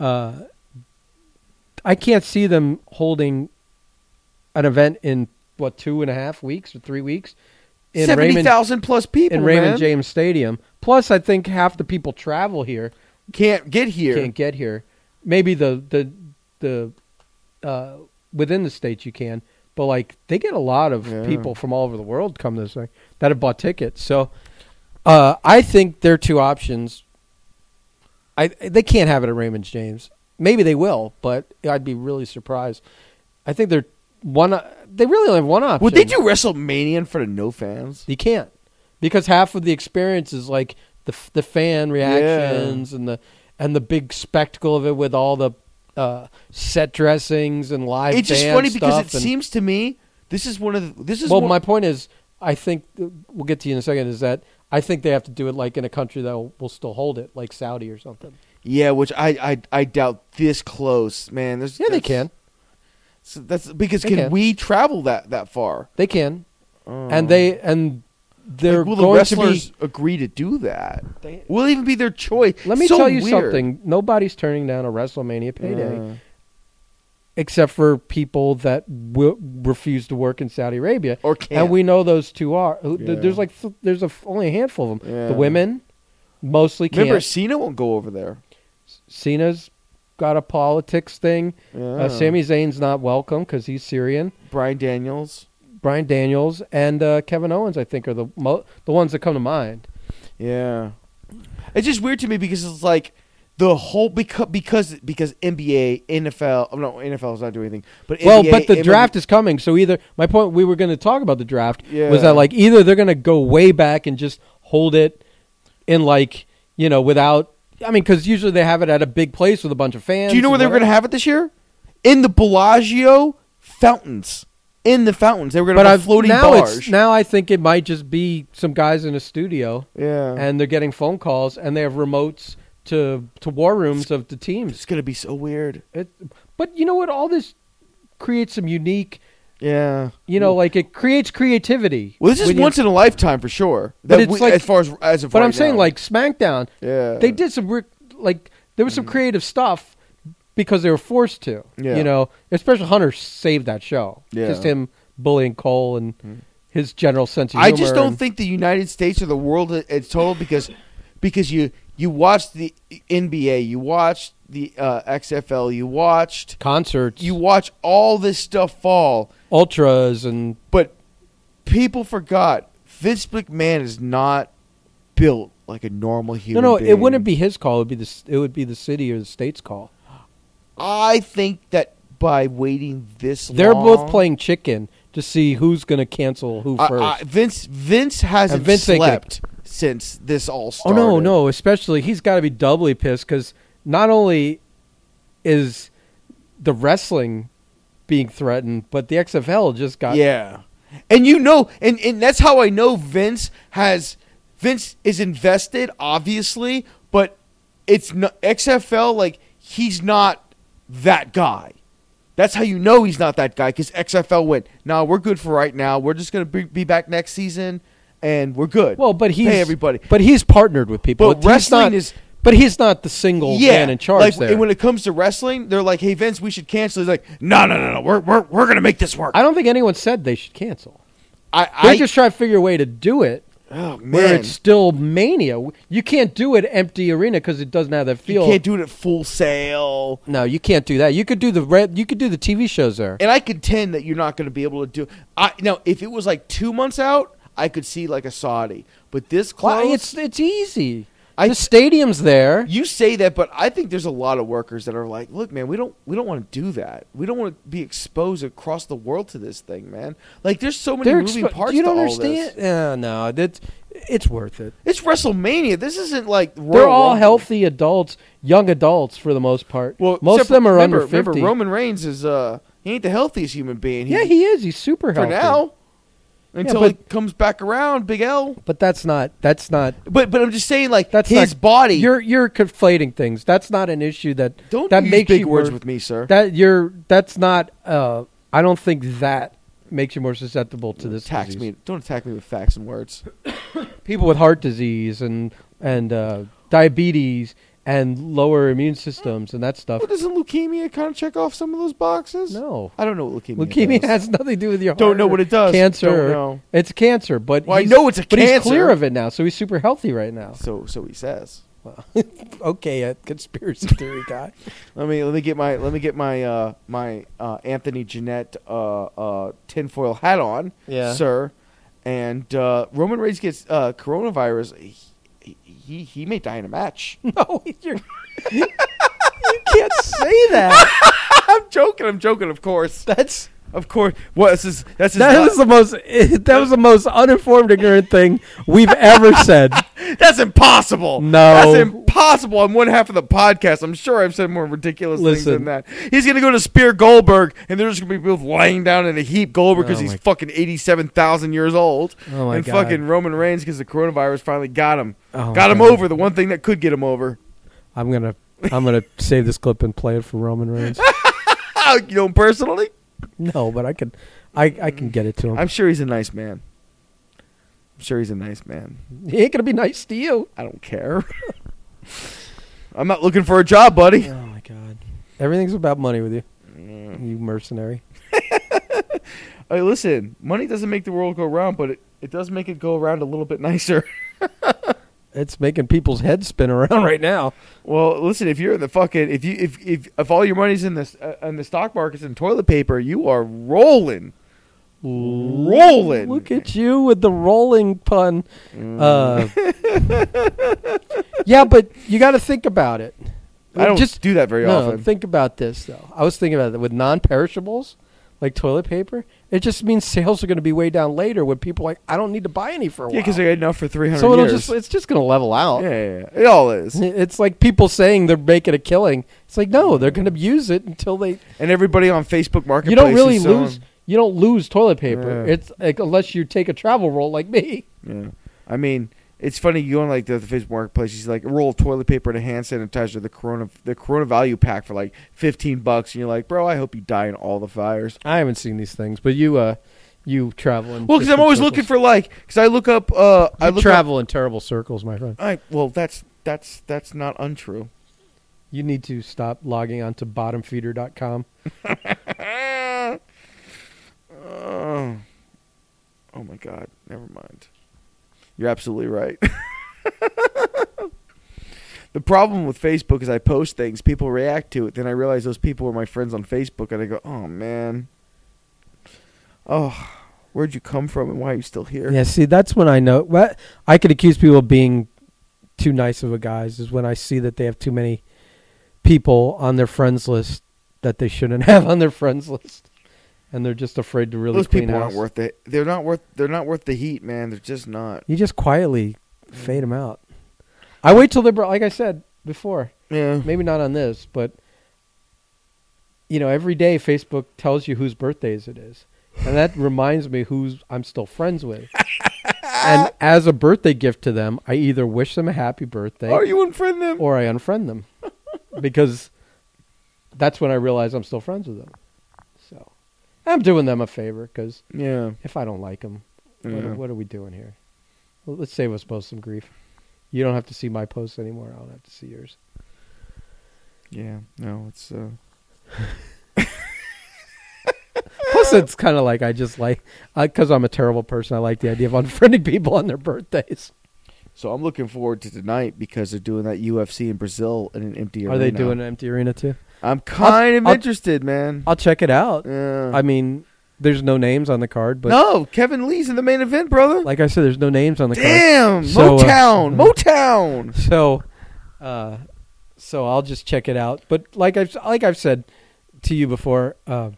A: Uh, I can't see them holding an event in what two and a half weeks or three weeks in
B: Seventy
A: Raymond
B: thousand plus people
A: in Raymond
B: man,
A: James Stadium. Plus, I think half the people travel here
B: can't get here.
A: can't get here. Maybe the the the uh, within the states you can, but like they get a lot of
B: Yeah.
A: people from all over the world come this way that have bought tickets. So uh, I think their two options. I they can't have it at Raymond James. Maybe they will, but I'd be really surprised. I think they're one. They really only have one option.
B: Would they do WrestleMania in front of no fans?
A: You can't because half of the experience is like the f- the fan reactions and the and the big spectacle of it with all the uh, set dressings and live.
B: It's just
A: band
B: funny because it
A: stuff and-
B: seems to me this is one of the, this is
A: Well,
B: one,
A: my point is, I think we'll get to you in a second. Is that I think they have to do it like in a country that will, will still hold it, like Saudi or something.
B: yeah, which I, I I doubt this close, man. There's
A: Yeah, they
B: that's-
A: can.
B: So that's because
A: They
B: can,
A: can.
B: we travel that that far?
A: They can, and they and they're
B: Oh. Like, will the
A: going to be.
B: wrestlers agree to do that? will it even be their choice?
A: Let me
B: So
A: tell you
B: weird.
A: something. Nobody's turning down a WrestleMania payday.
B: Uh,
A: except for people that will refuse to work in Saudi Arabia.
B: Or can't.
A: And we know those two are. who- th-
B: Yeah.
A: There's like th- there's a f only a handful of them.
B: Yeah.
A: The women mostly can't.
B: Remember, Cena won't go over there.
A: Cena's got a politics thing.
B: Yeah.
A: Uh, Sami Zayn's not welcome because he's Syrian.
B: Brian Daniels.
A: Brian Daniels and uh, Kevin Owens, I think, are the mo- the ones that come to mind.
B: Yeah. It's just weird to me because it's like the whole because because because NBA, NFL, oh, no, NFL is not doing anything. But
A: well,
B: NBA,
A: but the
B: MLB
A: draft is coming, so either my point we were going to talk about the draft
B: Yeah.
A: was that like either they're going to go way back and just hold it in like you know without. I mean, because usually they have it at a big place with a bunch of fans.
B: Do you know where they were going to have it this year? In the Bellagio fountains. In the fountains, they were going to
A: But I've,
B: have a floating
A: now
B: barge.
A: it's now I think it might just be some guys in a studio
B: yeah,
A: and they're getting phone calls and they have remotes to to war rooms of the teams.
B: it's going to be so weird.
A: It, but you know what? All this creates some unique.
B: Yeah.
A: You know, like it creates creativity.
B: Well, this is
A: when you-
B: once in a lifetime for sure.
A: But
B: That
A: it's
B: we-
A: like-
B: as far as as of
A: But
B: right
A: I'm saying,
B: now.
A: like SmackDown,
B: yeah,
A: they did some re- like there was some creative stuff because they were forced to.
B: Mm. Yeah.
A: You know, especially Hunter saved that show.
B: Yeah. Mm.
A: Just him bullying Cole and his general sense of humor.
B: I just don't
A: and-
B: think the United States or the world i- in total because because you you watched the NBA, you watched the uh, XFL, you watched
A: concerts,
B: you watch all this stuff fall,
A: ultras, and
B: but people forgot Vince McMahon is not built like a normal
A: no,
B: human.
A: no,
B: being.
A: it wouldn't be his call. It would be the s- it would be the city or the state's call.
B: I think that by waiting this,
A: They're both
B: long-
A: playing chicken to see who's going to cancel who
B: I-
A: first.
B: I- Vince Vince hasn't
A: And Vince ain't gonna-
B: slept since this all
A: Oh
B: started.
A: no, no! Especially he's got to be doubly pissed because not only is the wrestling being threatened, but the XFL just got
B: Yeah. And you know, and, and that's how I know Vince has Vince is invested, obviously, but it's not XFL like he's not that guy. That's how you know he's not that guy because XFL went. Now nah, we're good for right now. We're just gonna be, be back next season, and we're good.
A: well, but he's
B: hey everybody.
A: but he's partnered with people.
B: But
A: He's
B: wrestling
A: not-
B: is-
A: but he's not the single man in charge
B: like
A: there.
B: when it comes to wrestling, they're like, "Hey Vince, we should cancel." He's like, "No, no, no, no. We're we're, we're gonna make this work."
A: I don't think anyone said they should cancel.
B: I,
A: They
B: I
A: just try to figure a way to do it
B: oh, man.
A: where it's still mania. You can't do it empty arena because it doesn't have that
B: you
A: feel.
B: can't do it at full sale.
A: no, you can't do that. You could do the red. You could do the TV shows there.
B: and I contend that you're not going to be able to do. I now if it was like two months out, I could see like a Saudi, but this close.
A: Well, it's it's easy.
B: I-
A: the stadium's there.
B: you say that, but I think there's a lot of workers that are like, look, man, we don't we don't want to do that. We don't want to be exposed across the world to this thing, man. Like there's so many
A: They're
B: moving
A: expo-
B: parts.
A: you don't
B: to all
A: understand?
B: this.
A: Yeah, no, that's it's worth it.
B: It's WrestleMania. This isn't like Royal
A: They're all
B: Rumble.
A: healthy adults, young adults for the most part.
B: Well,
A: most of
B: except-
A: them are
B: remember,
A: under fifty.
B: Remember, Roman Reigns is uh he ain't the healthiest human being.
A: yeah, he is. He's super
B: for
A: healthy
B: now until
A: but-
B: it comes back around. Big L.
A: But that's not. That's not.
B: But but I'm just saying like
A: That's
B: his
A: not-
B: body.
A: You're you're conflating things. That's not an issue that
B: Don't
A: that
B: use
A: makes
B: big
A: you
B: words
A: more-
B: with me, sir.
A: That you're. That's not. Uh, I don't think that makes you more susceptible to this.
B: Attacks
A: disease.
B: me. Don't attack me with facts and words.
A: people with heart disease and and uh, diabetes and lower immune systems and that stuff.
B: Well, doesn't leukemia kind of check off some of those boxes?
A: No,
B: I don't know what leukemia.
A: leukemia
B: does.
A: has nothing to do with your.
B: Don't
A: heart
B: know what
A: or
B: it does.
A: Cancer.
B: Don't know.
A: It's cancer, but
B: Well, I
A: he's-
B: know it's a
A: but he's
B: cancer.
A: clear of it now, so he's super healthy right now.
B: So so he says.
A: Okay, a conspiracy theory [LAUGHS]
B: [LAUGHS]
A: guy.
B: Let me let me get my let me get my uh, my uh, Anthony Jeanette uh, uh, tinfoil hat on,
A: Yeah.
B: sir. And uh, Roman Reigns gets uh, coronavirus. He, he he may die in
A: [LAUGHS]
B: a match.
A: no, you're, you can't say that.
B: I'm joking. I'm joking. Of course.
A: That's
B: Of course. What this is that's
A: [LAUGHS]
B: his
A: that
B: not-
A: was the most [LAUGHS] that was the most uninformed, ignorant thing we've ever
B: [LAUGHS]
A: said.
B: That's impossible.
A: No.
B: That's impossible. I'm one half of the podcast. I'm sure I've said more ridiculous things
A: Listen.
B: than that. He's going to go to Spear Goldberg, and there's going to be people laying down in a heap Goldberg because
A: Oh
B: he's
A: my-
B: fucking 87,000 years old.
A: Oh my
B: and
A: God.
B: fucking Roman Reigns because the coronavirus finally got him.
A: Oh my
B: got him
A: God.
B: over, the one thing that could get him over. [LAUGHS]
A: I'm gonna I'm gonna save this clip and play it for Roman Reigns.
B: you know him personally?
A: [LAUGHS] No, but I can, I, I can get it to him.
B: I'm sure he's a nice man. I'm sure he's a nice man.
A: he ain't gonna be nice to you.
B: I don't care. [LAUGHS] I'm not looking for a job, buddy.
A: Oh my god, everything's about money with you.
B: Mm.
A: You mercenary.
B: Hey, listen, money doesn't make the world go round, but it, it does make it go around a little bit [LAUGHS] nicer.
A: It's making people's heads spin around [LAUGHS] right now.
B: Well, listen, if you're in the fucking if you if if, if all your money's in this uh, in the stock markets and toilet paper, you are rolling, rolling.
A: Look at you with the rolling pun.
B: Mm. [LAUGHS]
A: Uh, yeah, but you got to think about it.
B: I don't
A: Just-
B: just do that very
A: no,
B: often.
A: think about this though. I was thinking about that with non-perishables like toilet paper. It just means sales are going to be way down later when people are like I don't need to buy any for a
B: yeah, because
A: while.
B: they had enough for three hundred.
A: so it'll
B: years.
A: just it's just going to level out.
B: yeah, yeah, yeah. it all is,
A: It's like people saying they're making a killing. It's like no, they're going to use it until they.
B: and everybody on Facebook Marketplace.
A: You don't really
B: is selling-
A: lose. You don't lose toilet paper.
B: Yeah.
A: It's like unless you take a travel roll like me.
B: Yeah, I mean, it's funny. You go on like the, the Facebook Marketplace. He's like a roll of toilet paper and a hand sanitizer, the Corona, the Corona value pack for like fifteen bucks, and you're like, bro, I hope you die in all the fires.
A: I haven't seen these things, but you, uh, you travel in.
B: Well, because I'm always looking for like, because I look up, uh, I look up-
A: travel in terrible circles, my friend.
B: I well, that's that's that's not untrue.
A: You need to stop logging on to bottomfeeder.com.
B: oh. oh my god, never mind. You're absolutely right. [LAUGHS] the problem with Facebook is I post things, people react to it, then I realize those people are my friends on Facebook and I go, "Oh man. Oh, where'd you come from and why are you still here?"
A: Yeah, see, that's when I know. What I could accuse people of being too nice of a guys is when I see that they have too many people on their friends list that they shouldn't [LAUGHS] have on their friends list, and they're just afraid to really
B: those
A: clean
B: people
A: house.
B: aren't worth it. They're not worth they're not worth the heat, man. They're just not.
A: You just quietly
B: Mm.
A: fade them out. I wait till they're bro- like I said before.
B: Yeah.
A: maybe not on this, but you know, every day Facebook tells you whose birthdays it is, and
B: [LAUGHS]
A: that reminds me who's I'm still friends with. and as a birthday gift to them, I either wish them a happy birthday
B: Are you unfriend them?
A: or I unfriend
B: [LAUGHS]
A: them because that's when I realize I'm still friends with them. So I'm doing them a favor because
B: Yeah.
A: if I don't like them, what,
B: Yeah.
A: are, what are we doing here? Well, let's save us both some grief. You don't have to see my posts anymore. I don't have to see yours.
B: Yeah, no, it's uh
A: Plus, it's kind of like I just like because I'm a terrible person. I like the idea of unfriending [LAUGHS] people on their birthdays.
B: so I'm looking forward to tonight because they're doing that UFC in Brazil in an empty arena.
A: Are they doing an empty arena too?
B: I'm kind of
A: I'll-
B: interested, man.
A: I'll check it out.
B: Yeah.
A: I mean, there's no names on the card, but
B: no, Kevin Lee's in the main event, brother.
A: like I said, there's no names on the card.
B: Damn,
A: So, uh, [LAUGHS]
B: Motown, Motown.
A: So, uh, so I'll just check it out. But like I've like I've said to you before, uh,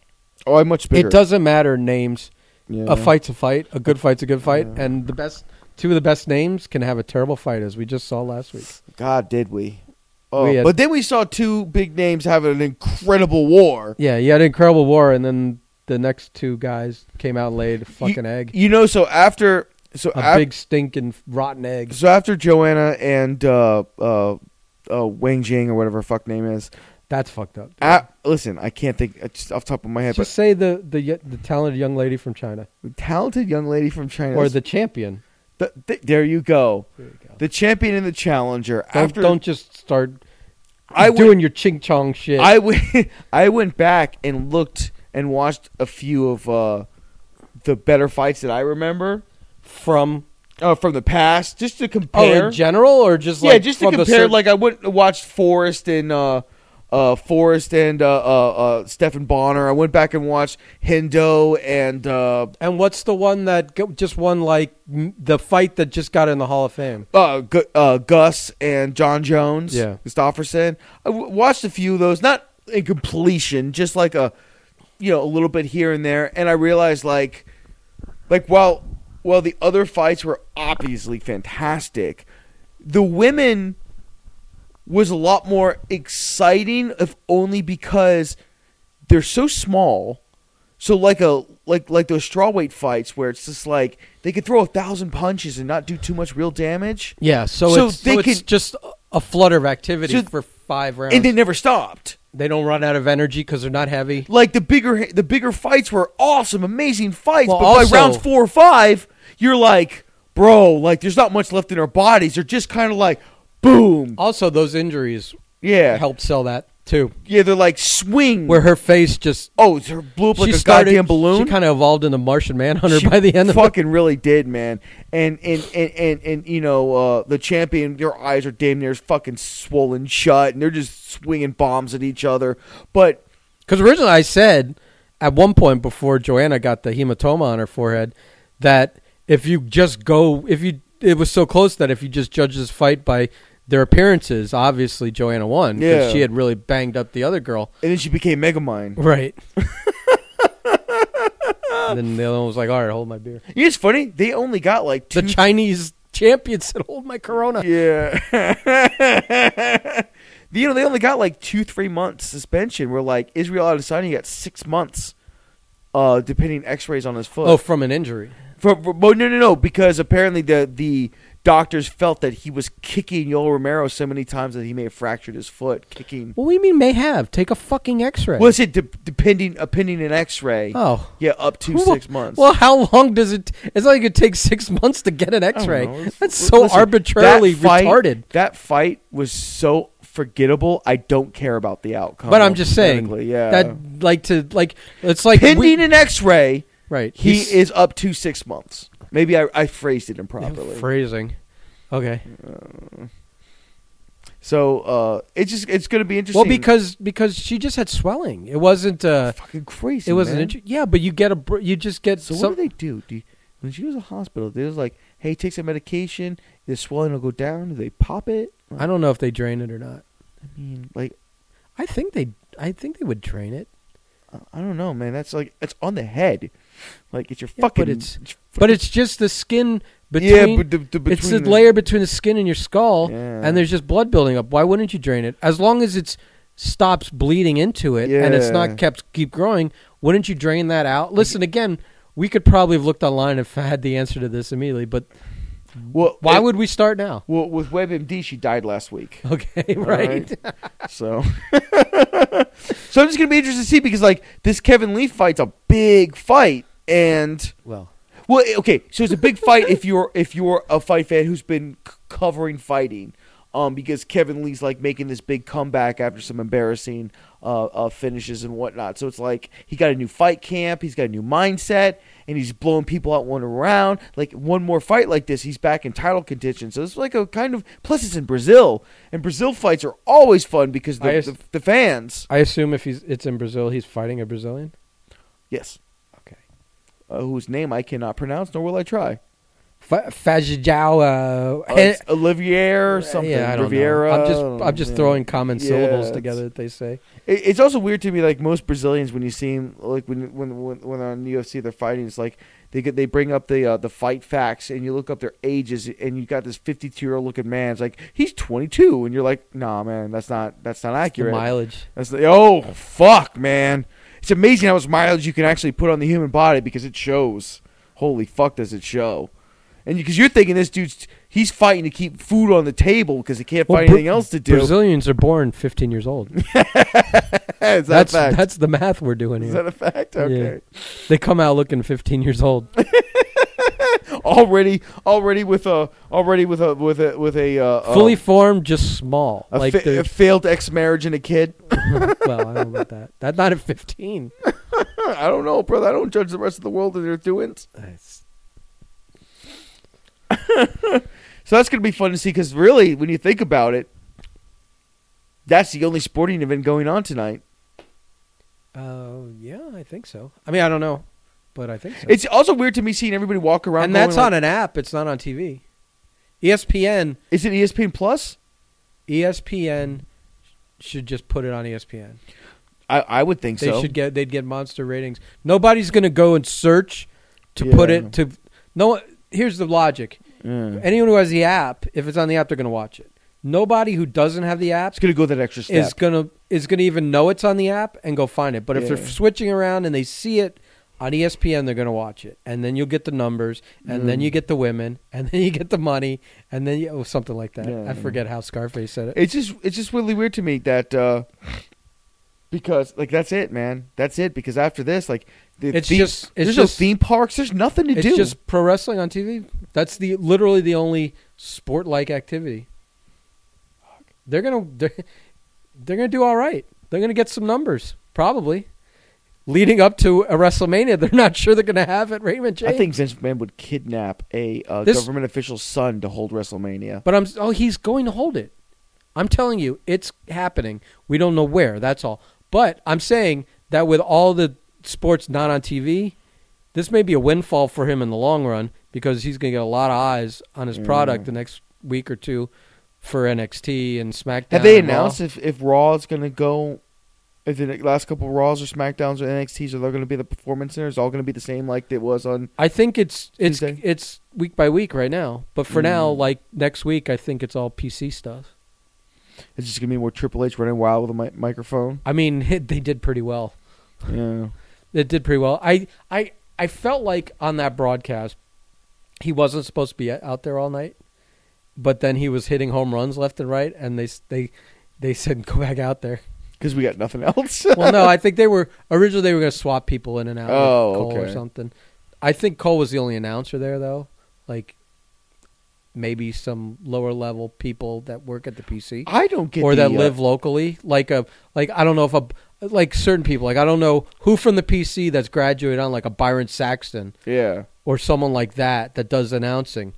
B: Oh, I'm much bigger.
A: it doesn't matter names.
B: Yeah.
A: A fight's a fight. A good fight's a good fight,
B: Yeah.
A: and the best two of the best names can have a terrible fight, as we just saw last week.
B: God, did we? Oh,
A: We had-
B: but then we saw two big names having an incredible war.
A: Yeah, you had an incredible war, and then the next two guys came out and laid a fucking
B: you,
A: egg,
B: You know, so after so
A: a
B: af-
A: big stinking rotten egg.
B: so after Joanna and uh, uh, uh, Wang Jing or whatever her fuck name is.
A: That's fucked up. dude.
B: I, listen, I can't think uh, just off the top of my head, but
A: Just say the, the y- the talented young lady from China
B: The talented young lady from China.
A: or the champion.
B: Th- th- there you go.
A: There you go.
B: The champion and the challenger.
A: Don't,
B: After
A: don't just start
B: I
A: doing
B: went,
A: your ching chong shit.
B: I went, [LAUGHS] I went back and looked and watched a few of uh, the better fights that I remember
A: from
B: uh, from the past, just to
A: oh,
B: compare.
A: in general or just
B: yeah,
A: like
B: just to
A: from the
B: compare.
A: cer-
B: like I went and watched Forrest and uh, uh, Forrest and uh, uh, uh, Stephen Bonner. I went back and watched Hendo and uh,
A: and what's the one that go, just won like m- the fight that just got in the Hall of Fame?
B: uh, Gu- uh, Gus and John Jones,
A: Yeah.
B: Gustafsson. I w- watched a few of those, not in completion, just like a, you know, a little bit here and there, and I realized like, like while while the other fights were obviously fantastic, the women was a lot more exciting, if only because they're so small. So like a like like those strawweight fights where it's just like they could throw a thousand punches and not do too much real damage.
A: Yeah, so,
B: So
A: it's, so
B: they
A: it's
B: could-
A: just a- a flutter of activity
B: So-
A: for five rounds.
B: and they never stopped.
A: They don't run out of energy because they're not heavy.
B: Like the bigger the bigger fights were awesome, amazing fights,
A: Well,
B: but
A: also-
B: by rounds four or five, you're like, bro, like there's not much
A: Oh,
B: left in our bodies. They're just kind of like, boom,
A: Also, those injuries
B: yeah,
A: help sell that too,
B: Yeah, they're like swing.
A: where her face just
B: oh, it's her blew up like
A: she
B: a
A: started
B: goddamn balloon.
A: She kind of evolved into Martian Manhunter
B: She
A: by the end of it.
B: fucking really did, man. And and and and, and you know uh, the champion, their eyes are damn near fucking swollen shut, and they're just swinging bombs at each other. But
A: Because originally I said at one point before Joanna got the hematoma on her forehead that if you just go, if you, it was so close that if you just judge this fight by their appearances, obviously Joanna won because
B: Yeah.
A: she had really banged up the other girl.
B: and then she became Megamind.
A: Right. [LAUGHS] and then the other one was like, all right, hold my beer.
B: You know, It's funny they only got like two.
A: The Chinese champion said, hold my corona.
B: yeah. [LAUGHS] you know they only got like two three months suspension. Where like Israel Adesanya got six months, uh, depending X rays on his foot.
A: Oh, from an injury.
B: From, from, well, no, no, no, because apparently the the doctors felt that he was kicking Yoel Romero so many times that he may have fractured his foot kicking.
A: Well, what do you mean may have? Take a fucking x ray.
B: Was it de- depending appending an X-ray?
A: Oh.
B: Yeah, up to
A: Well,
B: six months.
A: Well, how long does it? It's not like it takes six [LAUGHS] months to get an
B: I don't know.
A: X-ray.
B: It's-
A: That's
B: li-
A: so
B: listen,
A: arbitrarily
B: that fight-
A: retarded.
B: That fight was so forgettable. I don't care about the outcome.
A: But I'm just saying
B: politically, Oh, yeah.
A: that, like, to like, it's like
B: pending
A: we-
B: an X-ray,
A: right.
B: he
A: he's-
B: is up to six months. Maybe I, I phrased it improperly.
A: phrasing. Okay.
B: so uh, it's just it's going to be interesting.
A: Well, because because she just had swelling. It wasn't. uh
B: fucking crazy.
A: It wasn't.
B: man.
A: inju- yeah, but you get a. br- You just get
B: So
A: some.
B: what do they do? do you, when she goes to the hospital, they was like, "Hey, take some medication. The swelling will go down." Do they pop it?
A: I don't know if they drain it or not.
B: I mean, like,
A: I think they. I think they would drain it.
B: I- I don't know, man. That's like it's on the head. Like it's your
A: Yeah, but
B: fucking.
A: it's- But it's just the skin between.
B: yeah, but the, the, between
A: it's the, layer between the skin and your skull,
B: Yeah.
A: and there's just blood building up. Why wouldn't you drain it? As long as it stops bleeding into it and it's
B: Yeah.
A: not kept keep growing, wouldn't you drain that out? Listen again, we could probably have looked online if I [LAUGHS] had the answer to this immediately, but
B: Well,
A: why
B: it-
A: would we start now? [LAUGHS]
B: well with WebMD she died last week.
A: Okay,
B: All
A: [LAUGHS] right. [LAUGHS]
B: so, [LAUGHS] so I'm just gonna be interested to see because like this Kevin Lee fight's a big fight and.
A: Well,
B: Well, okay, so it's a big fight if you're if you're a fight fan who's been c- covering fighting, um, because Kevin Lee's like making this big comeback after some embarrassing uh, uh finishes and whatnot. So it's like he got a new fight camp, he's got a new mindset, and he's blowing people out one round. Like one more fight like this, he's back in title contention. So it's like a kind of plus it's in Brazil, and Brazil fights are always fun because the
A: I as-
B: the, the fans.
A: I assume if he's it's in Brazil, he's fighting a Brazilian.
B: Yes.
A: Okay.
B: Uh, whose name I cannot pronounce, nor will I try.
A: Fa- Fajijao, uh,
B: Uh, it's Olivier or something.
A: Yeah, I don't
B: Riviera.
A: know. I'm just I'm just
B: Yeah.
A: throwing common
B: Yeah,
A: syllables
B: it's-
A: together that they say.
B: It, it's also weird to me, like most Brazilians, when you see 'em, like when when when, when on UFC they're fighting, it's like they get, they bring up the uh, the fight facts and you look up their ages and you got this 52 year old looking man. It's like he's 22, and you're like, nah, man, that's not that's not
A: The
B: accurate.
A: mileage.
B: That's the oh fuck, man. It's amazing how much mileage you can actually put on the human body because it shows. Holy fuck, does it show? And because you're thinking this dude's he's fighting to keep food on the table because he can't
A: Well,
B: find
A: Bra-
B: anything else to do.
A: Brazilians are born 15 years old.
B: [LAUGHS] Is that
A: that's
B: a fact?
A: that's the math we're doing
B: Is
A: here.
B: that a fact? Okay.
A: They come out looking 15 years
B: [LAUGHS]
A: old.
B: Already, already with a, already with a, with a, with a uh,
A: Fully
B: uh,
A: formed, just small.
B: a,
A: like
B: fa-
A: they're
B: a failed ex-marriage and a kid.
A: [LAUGHS]
B: [LAUGHS]
A: well, I don't know about that. That not at 15.
B: I don't know, brother. I don't judge the rest of the world and their doings.
A: That's-
B: So that's going to be fun to see because really, when you think about it, that's the only sporting event going on tonight.
A: Uh, yeah, I think so. I mean, I don't know, but I think so.
B: It's also weird to me seeing everybody walk around.
A: and that's
B: going
A: on an app. It's not on E TV. ESPN,
B: like- Is it E ESPN Plus?
A: E ESPN should just put it on E ESPN.
B: I, I would think
A: They
B: so.
A: should get they'd get monster ratings. Nobody's going to go and search to put
B: Yeah.
A: it to no here's the logic.
B: Yeah.
A: Anyone who has the app, if it's on the app, they're going to watch it. Nobody who doesn't have the app
B: It's going to go that extra step.
A: is going to is going to even know it's on the app and go find it. But if
B: Yeah.
A: they're switching around and they see it on E ESPN, they're going to watch it, and then you'll get the numbers, and then
B: Mm.
A: you get the women, and then you get the money, and then you, oh, something like that.
B: Yeah.
A: I forget how Scarface said it.
B: it's just it's just really weird to me that uh because like that's it, man. That's it. Because after this, like the
A: It's
B: theme-
A: just- it's
B: there's
A: just-
B: no theme parks. There's nothing to
A: it's
B: do.
A: just pro wrestling on TV. That's the literally the only sport like activity. They're gonna they're, they're gonna do all right. They're going to get some numbers, probably. Leading up to a WrestleMania, [LAUGHS] they're not sure they're going to have it. Raymond James.
B: I think Vince McMahon would kidnap a uh,
A: This-
B: government official's son to hold WrestleMania.
A: But I'm oh he's going to hold it. I'm telling you, it's happening. We don't know where. That's all. But I'm saying that with all the sports not on TV, this may be a windfall for him in the long run because he's going to get a lot of eyes on his
B: Mm.
A: product the next week or two for NXT and SmackDown.
B: Have they
A: and Raw.
B: announced if, if Raw is going to go, if the last couple Raws or SmackDowns or NXTs are they going to be the performance centers, all going to be the same like it was on?
A: I think it's it's
B: Tuesday?
A: it's week by week right now. But for now,
B: Mm.
A: like next week, I think it's all PC stuff.
B: It's just going to be more Triple H running wild with a mi- microphone.
A: I mean, [LAUGHS] they did pretty well.
B: Yeah. [LAUGHS]
A: It did pretty well. I I I felt like on that broadcast, he wasn't supposed to be out there all night, but then he was hitting home runs left and right, and they they they said go back out
B: [LAUGHS]
A: there.
B: Because we got nothing else. [LAUGHS]
A: Well, no, I think they were originally they were going to swap people in and out,
B: Oh,
A: like Cole or
B: okay.
A: something. I think Cole was the only announcer there though, like maybe some lower level people that work at the PC
B: I don't get
A: or
B: the,
A: that
B: uh,
A: live locally like a like i don't know if a like certain people like i don't know who from the pc that's graduated on like a byron saxton
B: yeah.
A: or someone like that that does announcing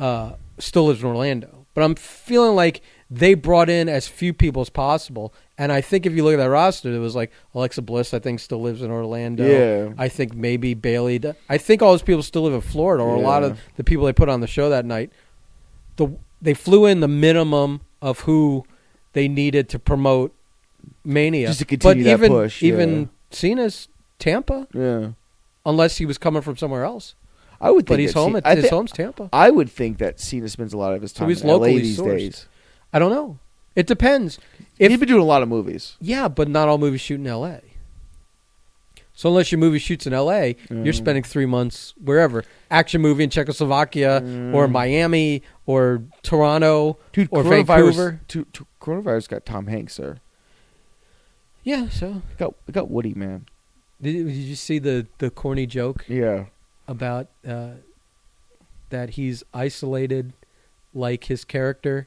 A: uh still lives in orlando but i'm feeling like they brought in as few people as possible and i think if you look at that roster it was like alexa bliss i think still lives in orlando
B: Yeah.
A: i think maybe bailey i think all those people still live in florida or a lot
B: Yeah.
A: of the people they put on the show that night the they flew in the minimum of who they needed to promote Mania.
B: Just to continue
A: but
B: that
A: even,
B: push, yeah.
A: Even Cena's Tampa,
B: Yeah.
A: unless he was coming from somewhere else.
B: I would think
A: But he's
B: that
A: home.
B: Ce-
A: At,
B: I
A: his
B: thi-
A: home's Tampa.
B: I would think that Cena spends a lot of his
A: So
B: time
A: he's
B: in LA
A: locally
B: these
A: sourced.
B: days.
A: I don't know. It depends. If-
B: He's been doing a lot of movies.
A: Yeah, but not all movies shoot in L.A. So unless your movie shoots in L.A.,
B: Yeah.
A: you're spending three months wherever. Action movie in Czechoslovakia or Miami or Toronto
B: Mm. Dude,
A: or
B: coronavirus,
A: Vancouver.
B: to- to- coronavirus got Tom Hanks, sir.
A: Yeah. So
B: It got, it got Woody, man.
A: did, did you see the the corny joke
B: Yeah.
A: about uh, that he's isolated, like his character,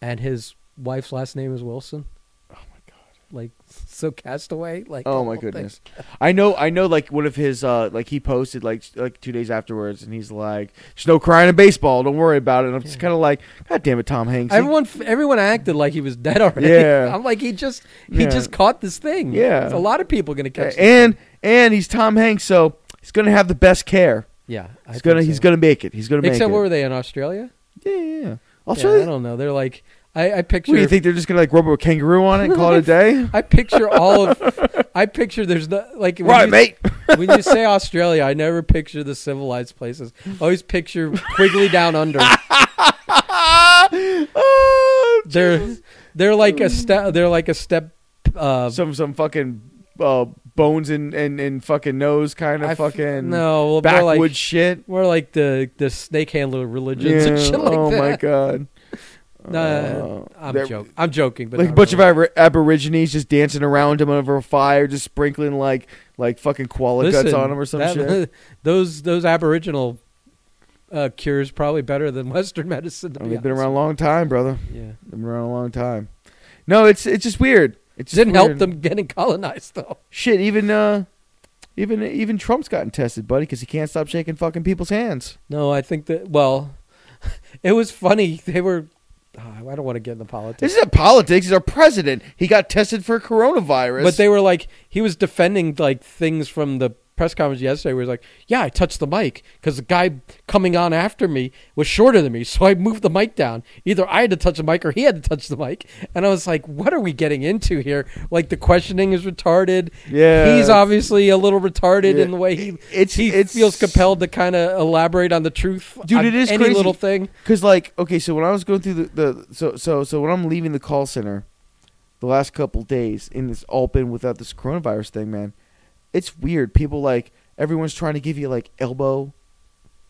A: and his wife's last name is Wilson.
B: Oh, my God.
A: Like so, Castaway. Like
B: [LAUGHS]
A: the
B: Oh my
A: whole thing.
B: goodness! I know, I know. Like one of his, uh, like he posted like like two days afterwards, and he's like, "There's no crying in baseball. Don't worry about it." And I'm just kind of like, "God damn it, Tom Hanks!"
A: Everyone, everyone acted like he was dead [LAUGHS] already.
B: Yeah.
A: I'm like he just he
B: Yeah.
A: just caught this thing.
B: Yeah.
A: There's a lot of people gonna catch. this
B: and
A: thing.
B: and he's Tom Hanks, so he's gonna have the best care.
A: yeah, I
B: He's gonna
A: think
B: he's
A: so.
B: gonna make it. He's gonna make
A: Except
B: it.
A: where were they in Australia?
B: yeah, yeah, yeah.
A: yeah, I
B: Also,
A: don't know. They're like I, I picture.
B: what do you think they're just gonna like rub a kangaroo on it
A: [LAUGHS]
B: and call it a day? [LAUGHS]
A: I picture all of. I picture there's no like when
B: right,
A: you-
B: mate.
A: when you say Australia, I never picture the civilized places. I always picture Quigley down
B: [LAUGHS]
A: under. [LAUGHS]
B: Ah,
A: They're they're like a step. They're like a step. Uh,
B: some some fucking uh, bones and and and fucking nose kind
A: I
B: of
A: f-
B: fucking
A: no well, more
B: backwoods
A: like [LAUGHS]
B: shit.
A: more like the the snake handler religions and shit like
B: oh
A: that.
B: my god.
A: No,
B: Uh,
A: I'm
B: that-
A: joking. I'm joking, but
B: like a
A: not
B: bunch
A: really.
B: of ab- aborigines just dancing around him over a fire, just sprinkling like like fucking koala guts
A: Listen,
B: on him or some
A: that-
B: shit.
A: [LAUGHS] Those those Aboriginal uh, cures probably better than Western medicine. To
B: I mean,
A: be
B: they've been
A: honest.
B: around a long time, brother.
A: Yeah,
B: They've been around a long time. No, it's it's just weird. It just
A: didn't help
B: weird.
A: them getting [LAUGHS] colonized though.
B: Shit, even uh, even even Trump's gotten tested, buddy, because he can't stop shaking fucking people's hands.
A: No, I think that well, [LAUGHS] it was funny. They were. ah, I don't want to get into
B: This
A: politics,
B: isn't politics. He's our president. He got tested for coronavirus.
A: but they were like he was defending like things from the press conference yesterday. Where he's like, "Yeah, I touched the mic because the guy coming on after me was shorter than me, so I moved the mic down. Either I had to touch the mic or he had to touch the mic." And I was like, "What are we getting into here? Like the questioning is retarded.
B: Yeah.
A: he's obviously a little retarded
B: Yeah.
A: in the way he
B: It's-
A: he
B: it's-
A: feels compelled to kind of elaborate on the truth.
B: Dude,
A: on
B: it is
A: any
B: crazy.
A: little thing.
B: Cause like okay, so when I was going through the, the so so so when I'm leaving the call center, the last couple days in this all been without this coronavirus thing, man, it's weird. People like everyone's trying to give you like elbow,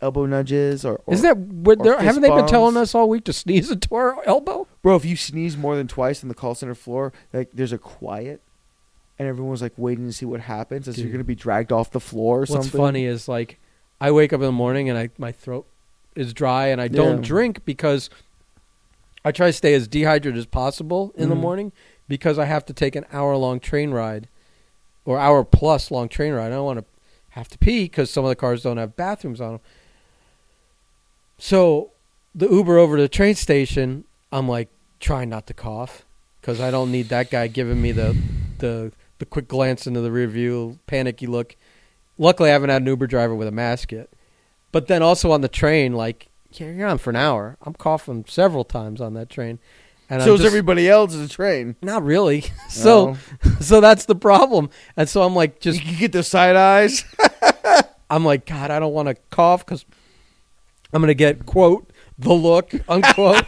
B: elbow nudges or, or
A: Is that what
B: or
A: they're,
B: fist
A: haven't they been
B: bumps.
A: telling us all week to sneeze [LAUGHS] into our elbow?
B: bro? If you sneeze more than twice on the call center floor, like there's a quiet, and everyone's like waiting to see what happens. As you're
A: Dude.
B: gonna be dragged off the floor or
A: What's
B: something.
A: funny is like I wake up in the morning and I my throat is dry and I don't
B: Yeah.
A: drink because I try to stay as dehydrated as possible in the
B: Mhm.
A: morning because I have to take an hour long train ride or hour plus long train ride. I don't want to have to pee because some of the cars don't have bathrooms on them. So the Uber over to the train station, I'm like trying not to cough because I don't need that guy giving me the the the quick glance into the rear view, panicky look. Luckily, I haven't had an Uber driver with a mask yet. But then also on the train, like yeah, you're on for an hour. I'm coughing several times on that train. And
C: so
A: I'm
C: is
A: just-
C: everybody else in the train.
A: [LAUGHS] Not really. [LAUGHS] So, so that's the problem. And so I'm like, just
C: you can get the side eyes.
A: I'm like, God, I don't want to cough because I'm going to get, quote, the look,
C: [LAUGHS]
A: unquote.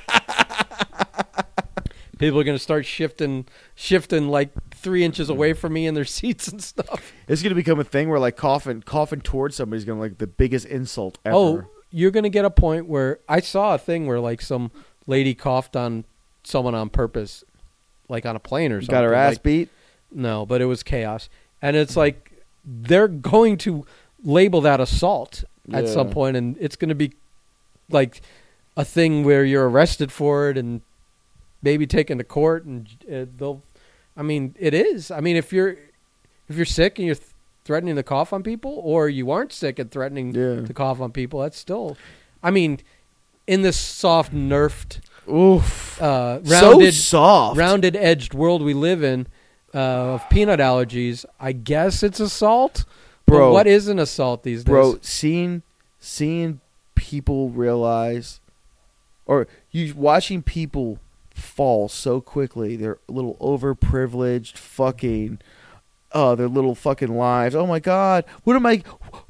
A: People are going to start shifting, shifting like three inches away from me in their [LAUGHS] seats and stuff.
B: It's going to become a thing where like coughing, coughing towards somebody's going to like the biggest insult ever.
A: Oh, you're going to get a point where I saw a thing where like some lady coughed on someone on purpose, like on a plane or something.
C: Got her ass
A: Like,
C: beat.
A: No, but it was chaos. And it's like they're going to label that assault at
C: Yeah.
A: some point and it's going to be like a thing where you're arrested for it and maybe taken to court and uh, they'll I mean, it is. I mean, if you're if you're sick and you're th- threatening to cough on people or you aren't sick and threatening
B: Yeah.
A: to cough on people, that's still I mean, in this soft nerfed
B: Oof.
A: uh rounded
B: so soft.
A: rounded edged world we live in uh, of peanut allergies, I guess it's assault.
B: Bro.
A: but what is an assault these days?
B: bro seeing seeing people realize or you watching people fall so quickly their little overprivileged fucking uh their little fucking lives oh my god what am i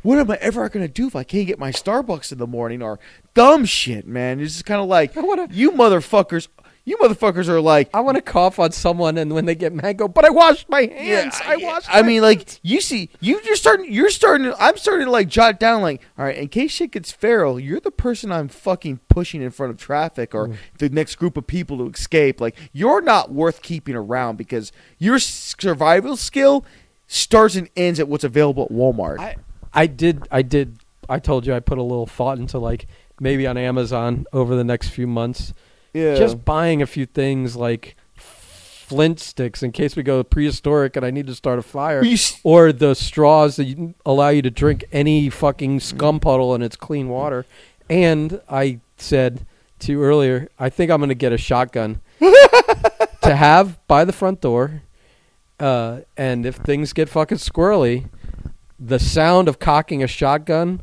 B: what am i ever gonna do if i can't get my starbucks in the morning or dumb shit man it's just kind of
A: [LAUGHS]
B: like
A: I wanna-
B: you motherfuckers you motherfuckers are like
A: I want to cough on someone, and when they get mad, go. But I washed my hands. I, washed.
B: I
A: my-"
B: mean, like you see, you you're starting, you're starting. to- I'm starting to like jot down, like, all right, in case shit gets feral, you're the person I'm fucking pushing in front of traffic
A: Mm.
B: or the next group of people to escape. Like, you're not worth keeping around because your survival skill starts and ends at what's available at Walmart.
A: I, I did, I did, I told you I put a little thought into like maybe on Amazon over the next few months,
C: Yeah.
A: just buying a few things like flint sticks in case we go prehistoric and I need to start a fire.
B: You s-
A: or the straws that you allow you to drink any fucking scum puddle and it's clean water. And I said to you earlier, I think I'm going to get a
B: [LAUGHS]
A: shotgun to have by the front door. Uh, and if things get fucking squirrely, the sound of cocking a shotgun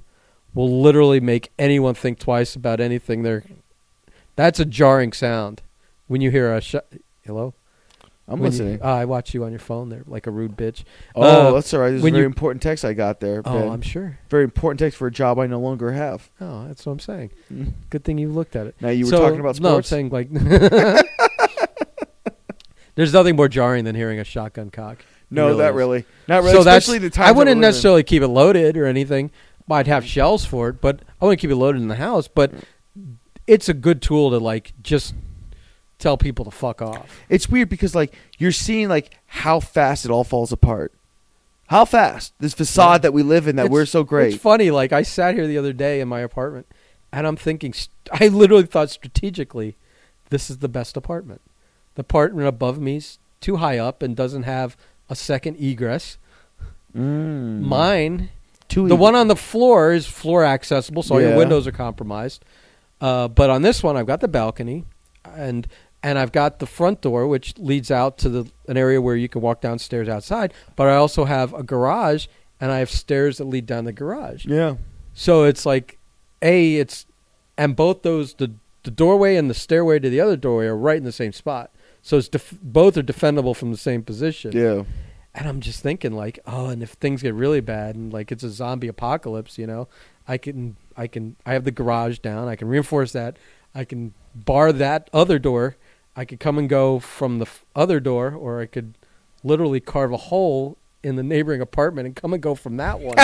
A: will literally make anyone think twice about anything. There, that's a jarring sound when you hear a shot. Hello,
B: I'm
A: When you-
B: listening.
A: Ah, I watch you on your phone there, like a rude bitch.
B: oh,
A: uh,
B: that's all right. This is a
A: when
B: very
A: you-
B: important text I got there.
A: Oh,
B: Ben.
A: I'm sure.
B: very important text for a job I no longer have.
A: Oh, that's what I'm saying. Good thing you looked at it.
B: Mm. Now you were
A: So-
B: talking about
A: No, I'm
B: sports.
A: saying
B: [LAUGHS]
A: like. [LAUGHS] There's nothing more jarring than hearing a shotgun cock.
B: No,
A: It
B: that
A: is.
B: really not really.
A: so that's
B: especially the time
A: I wouldn't necessarily keep it loaded or anything. I'd
B: Mm.
A: have shells for it, but I wouldn't keep it loaded in the house. But
B: Mm.
A: it's a good tool to like just tell people to fuck off.
B: it's weird because like you're seeing like how fast it all falls apart. How fast this facade that we live in that
A: It's-
B: we're so great.
A: It's funny. Like I sat here the other day in my apartment, and I'm thinking. st- [LAUGHS] I literally thought strategically, this is the best apartment. The apartment above me's too high up and doesn't have a second egress.
B: Mm.
A: Mine,
B: Too
A: the
B: easy.
A: one on the floor is floor accessible, so all
B: e- Yeah.
A: your windows are compromised. Uh, but on this one, I've got the balcony, and and I've got the front door, which leads out to the an area where you can walk downstairs outside. But I also have a garage, and I have stairs that lead down the garage.
B: yeah,
A: So it's like, a it's, and both those the the doorway and the stairway to the other doorway are right in the same spot. So it's def- both are defendable from the same position.
B: yeah.
A: And I'm just thinking like, oh, and if things get really bad and like it's a zombie apocalypse, you know, I can I can I have the garage down. I can reinforce that. I can bar that other door. I could come and go from the f- other door or I could literally carve a hole in the neighboring apartment and come and go from that
B: [LAUGHS]
A: one.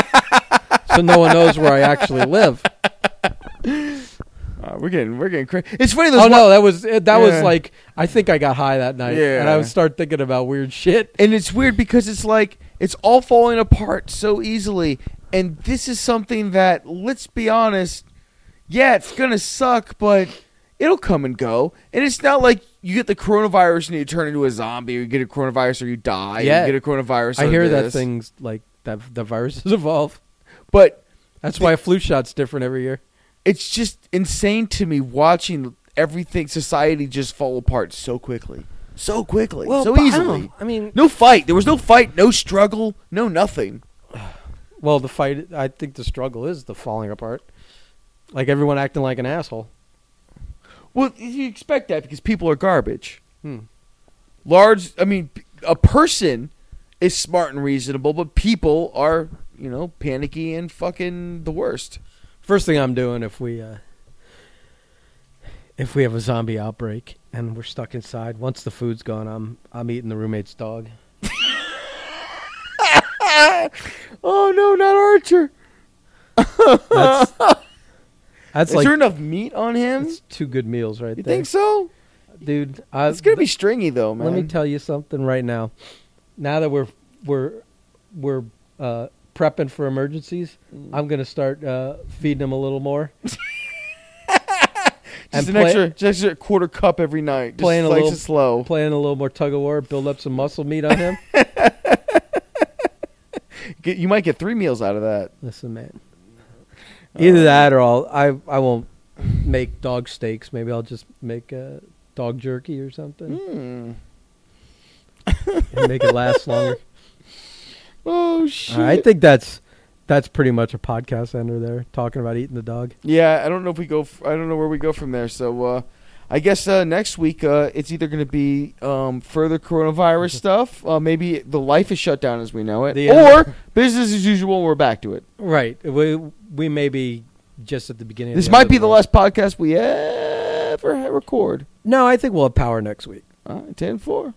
A: so no one knows where I actually live.
B: Uh, we're getting we're getting crazy. It's funny. Those
A: Oh no, that was that
B: Yeah.
A: was like I think I got high that night and
B: Yeah.
A: I would start thinking about weird shit.
B: and it's weird because it's like it's all falling apart so easily. And this is something that let's be honest, yeah, it's gonna suck, but it'll come and go. And it's not like you get the coronavirus and you turn into a zombie, or you get a coronavirus or you die,
A: Yeah.
B: you get a coronavirus.
A: I
B: or
A: hear that
B: this.
A: things like that. The [LAUGHS] viruses evolve.
B: but
A: That's why a flu shot's different every year.
B: it's just insane to me watching everything society just fall apart so quickly, so quickly, so
A: but I don't
B: easily.
A: know. I mean,
B: No fight. There was no fight. No struggle. No nothing.
A: well, the fight. I think the struggle is the falling apart. Like everyone acting like an asshole.
B: Well, you expect that because people are garbage.
A: Hmm.
B: Large. I mean, a person is smart and reasonable, but people are you know panicky and fucking the worst.
A: First thing I'm doing if we uh, if we have a zombie outbreak and we're stuck inside, once the food's gone, I'm I'm eating the roommate's dog.
B: Oh no, not Archer.
A: That's, that's
B: Is
A: like
B: there enough meat on him?
A: that's two good meals right
B: you
A: there,
B: think so?
A: dude. I,
B: It's gonna be stringy though, man.
A: Uh, Let me tell you something right now. Now that we're we're we're uh, prepping for emergencies,
B: Mm.
A: I'm gonna start uh, feeding them a little more.
B: just
A: and
B: an
A: play-
B: extra, just extra quarter cup every night. Just
A: Playing a
B: slice
A: little-
B: it slow.
A: Playing a little more tug of war, build up some muscle meat on
B: [LAUGHS]
A: him.
B: Get, you might get three meals out of that.
A: Listen, man.
B: Uh,
A: Either that or I'll I I won't make dog steaks. Maybe I'll just make uh, dog jerky or something
B: Hmm.
A: and make it last
B: [LAUGHS]
A: longer.
B: Oh shit!
A: All right, I think that's that's pretty much a podcast ender there talking about eating the dog.
B: Yeah, I don't know if we go. F- I don't know where we go from there. So, uh, I guess uh, next week uh, it's either going to be um, further coronavirus stuff. Uh, maybe the life is shut down as we know it,
A: The, uh,
B: or business as usual. and We're back to it.
A: Right. We we may be just at the beginning. of
B: This
A: the end
B: might
A: of
B: be the
A: world.
B: last podcast we ever ha- record.
A: No, I think we'll have power next week.
B: All right, ten four.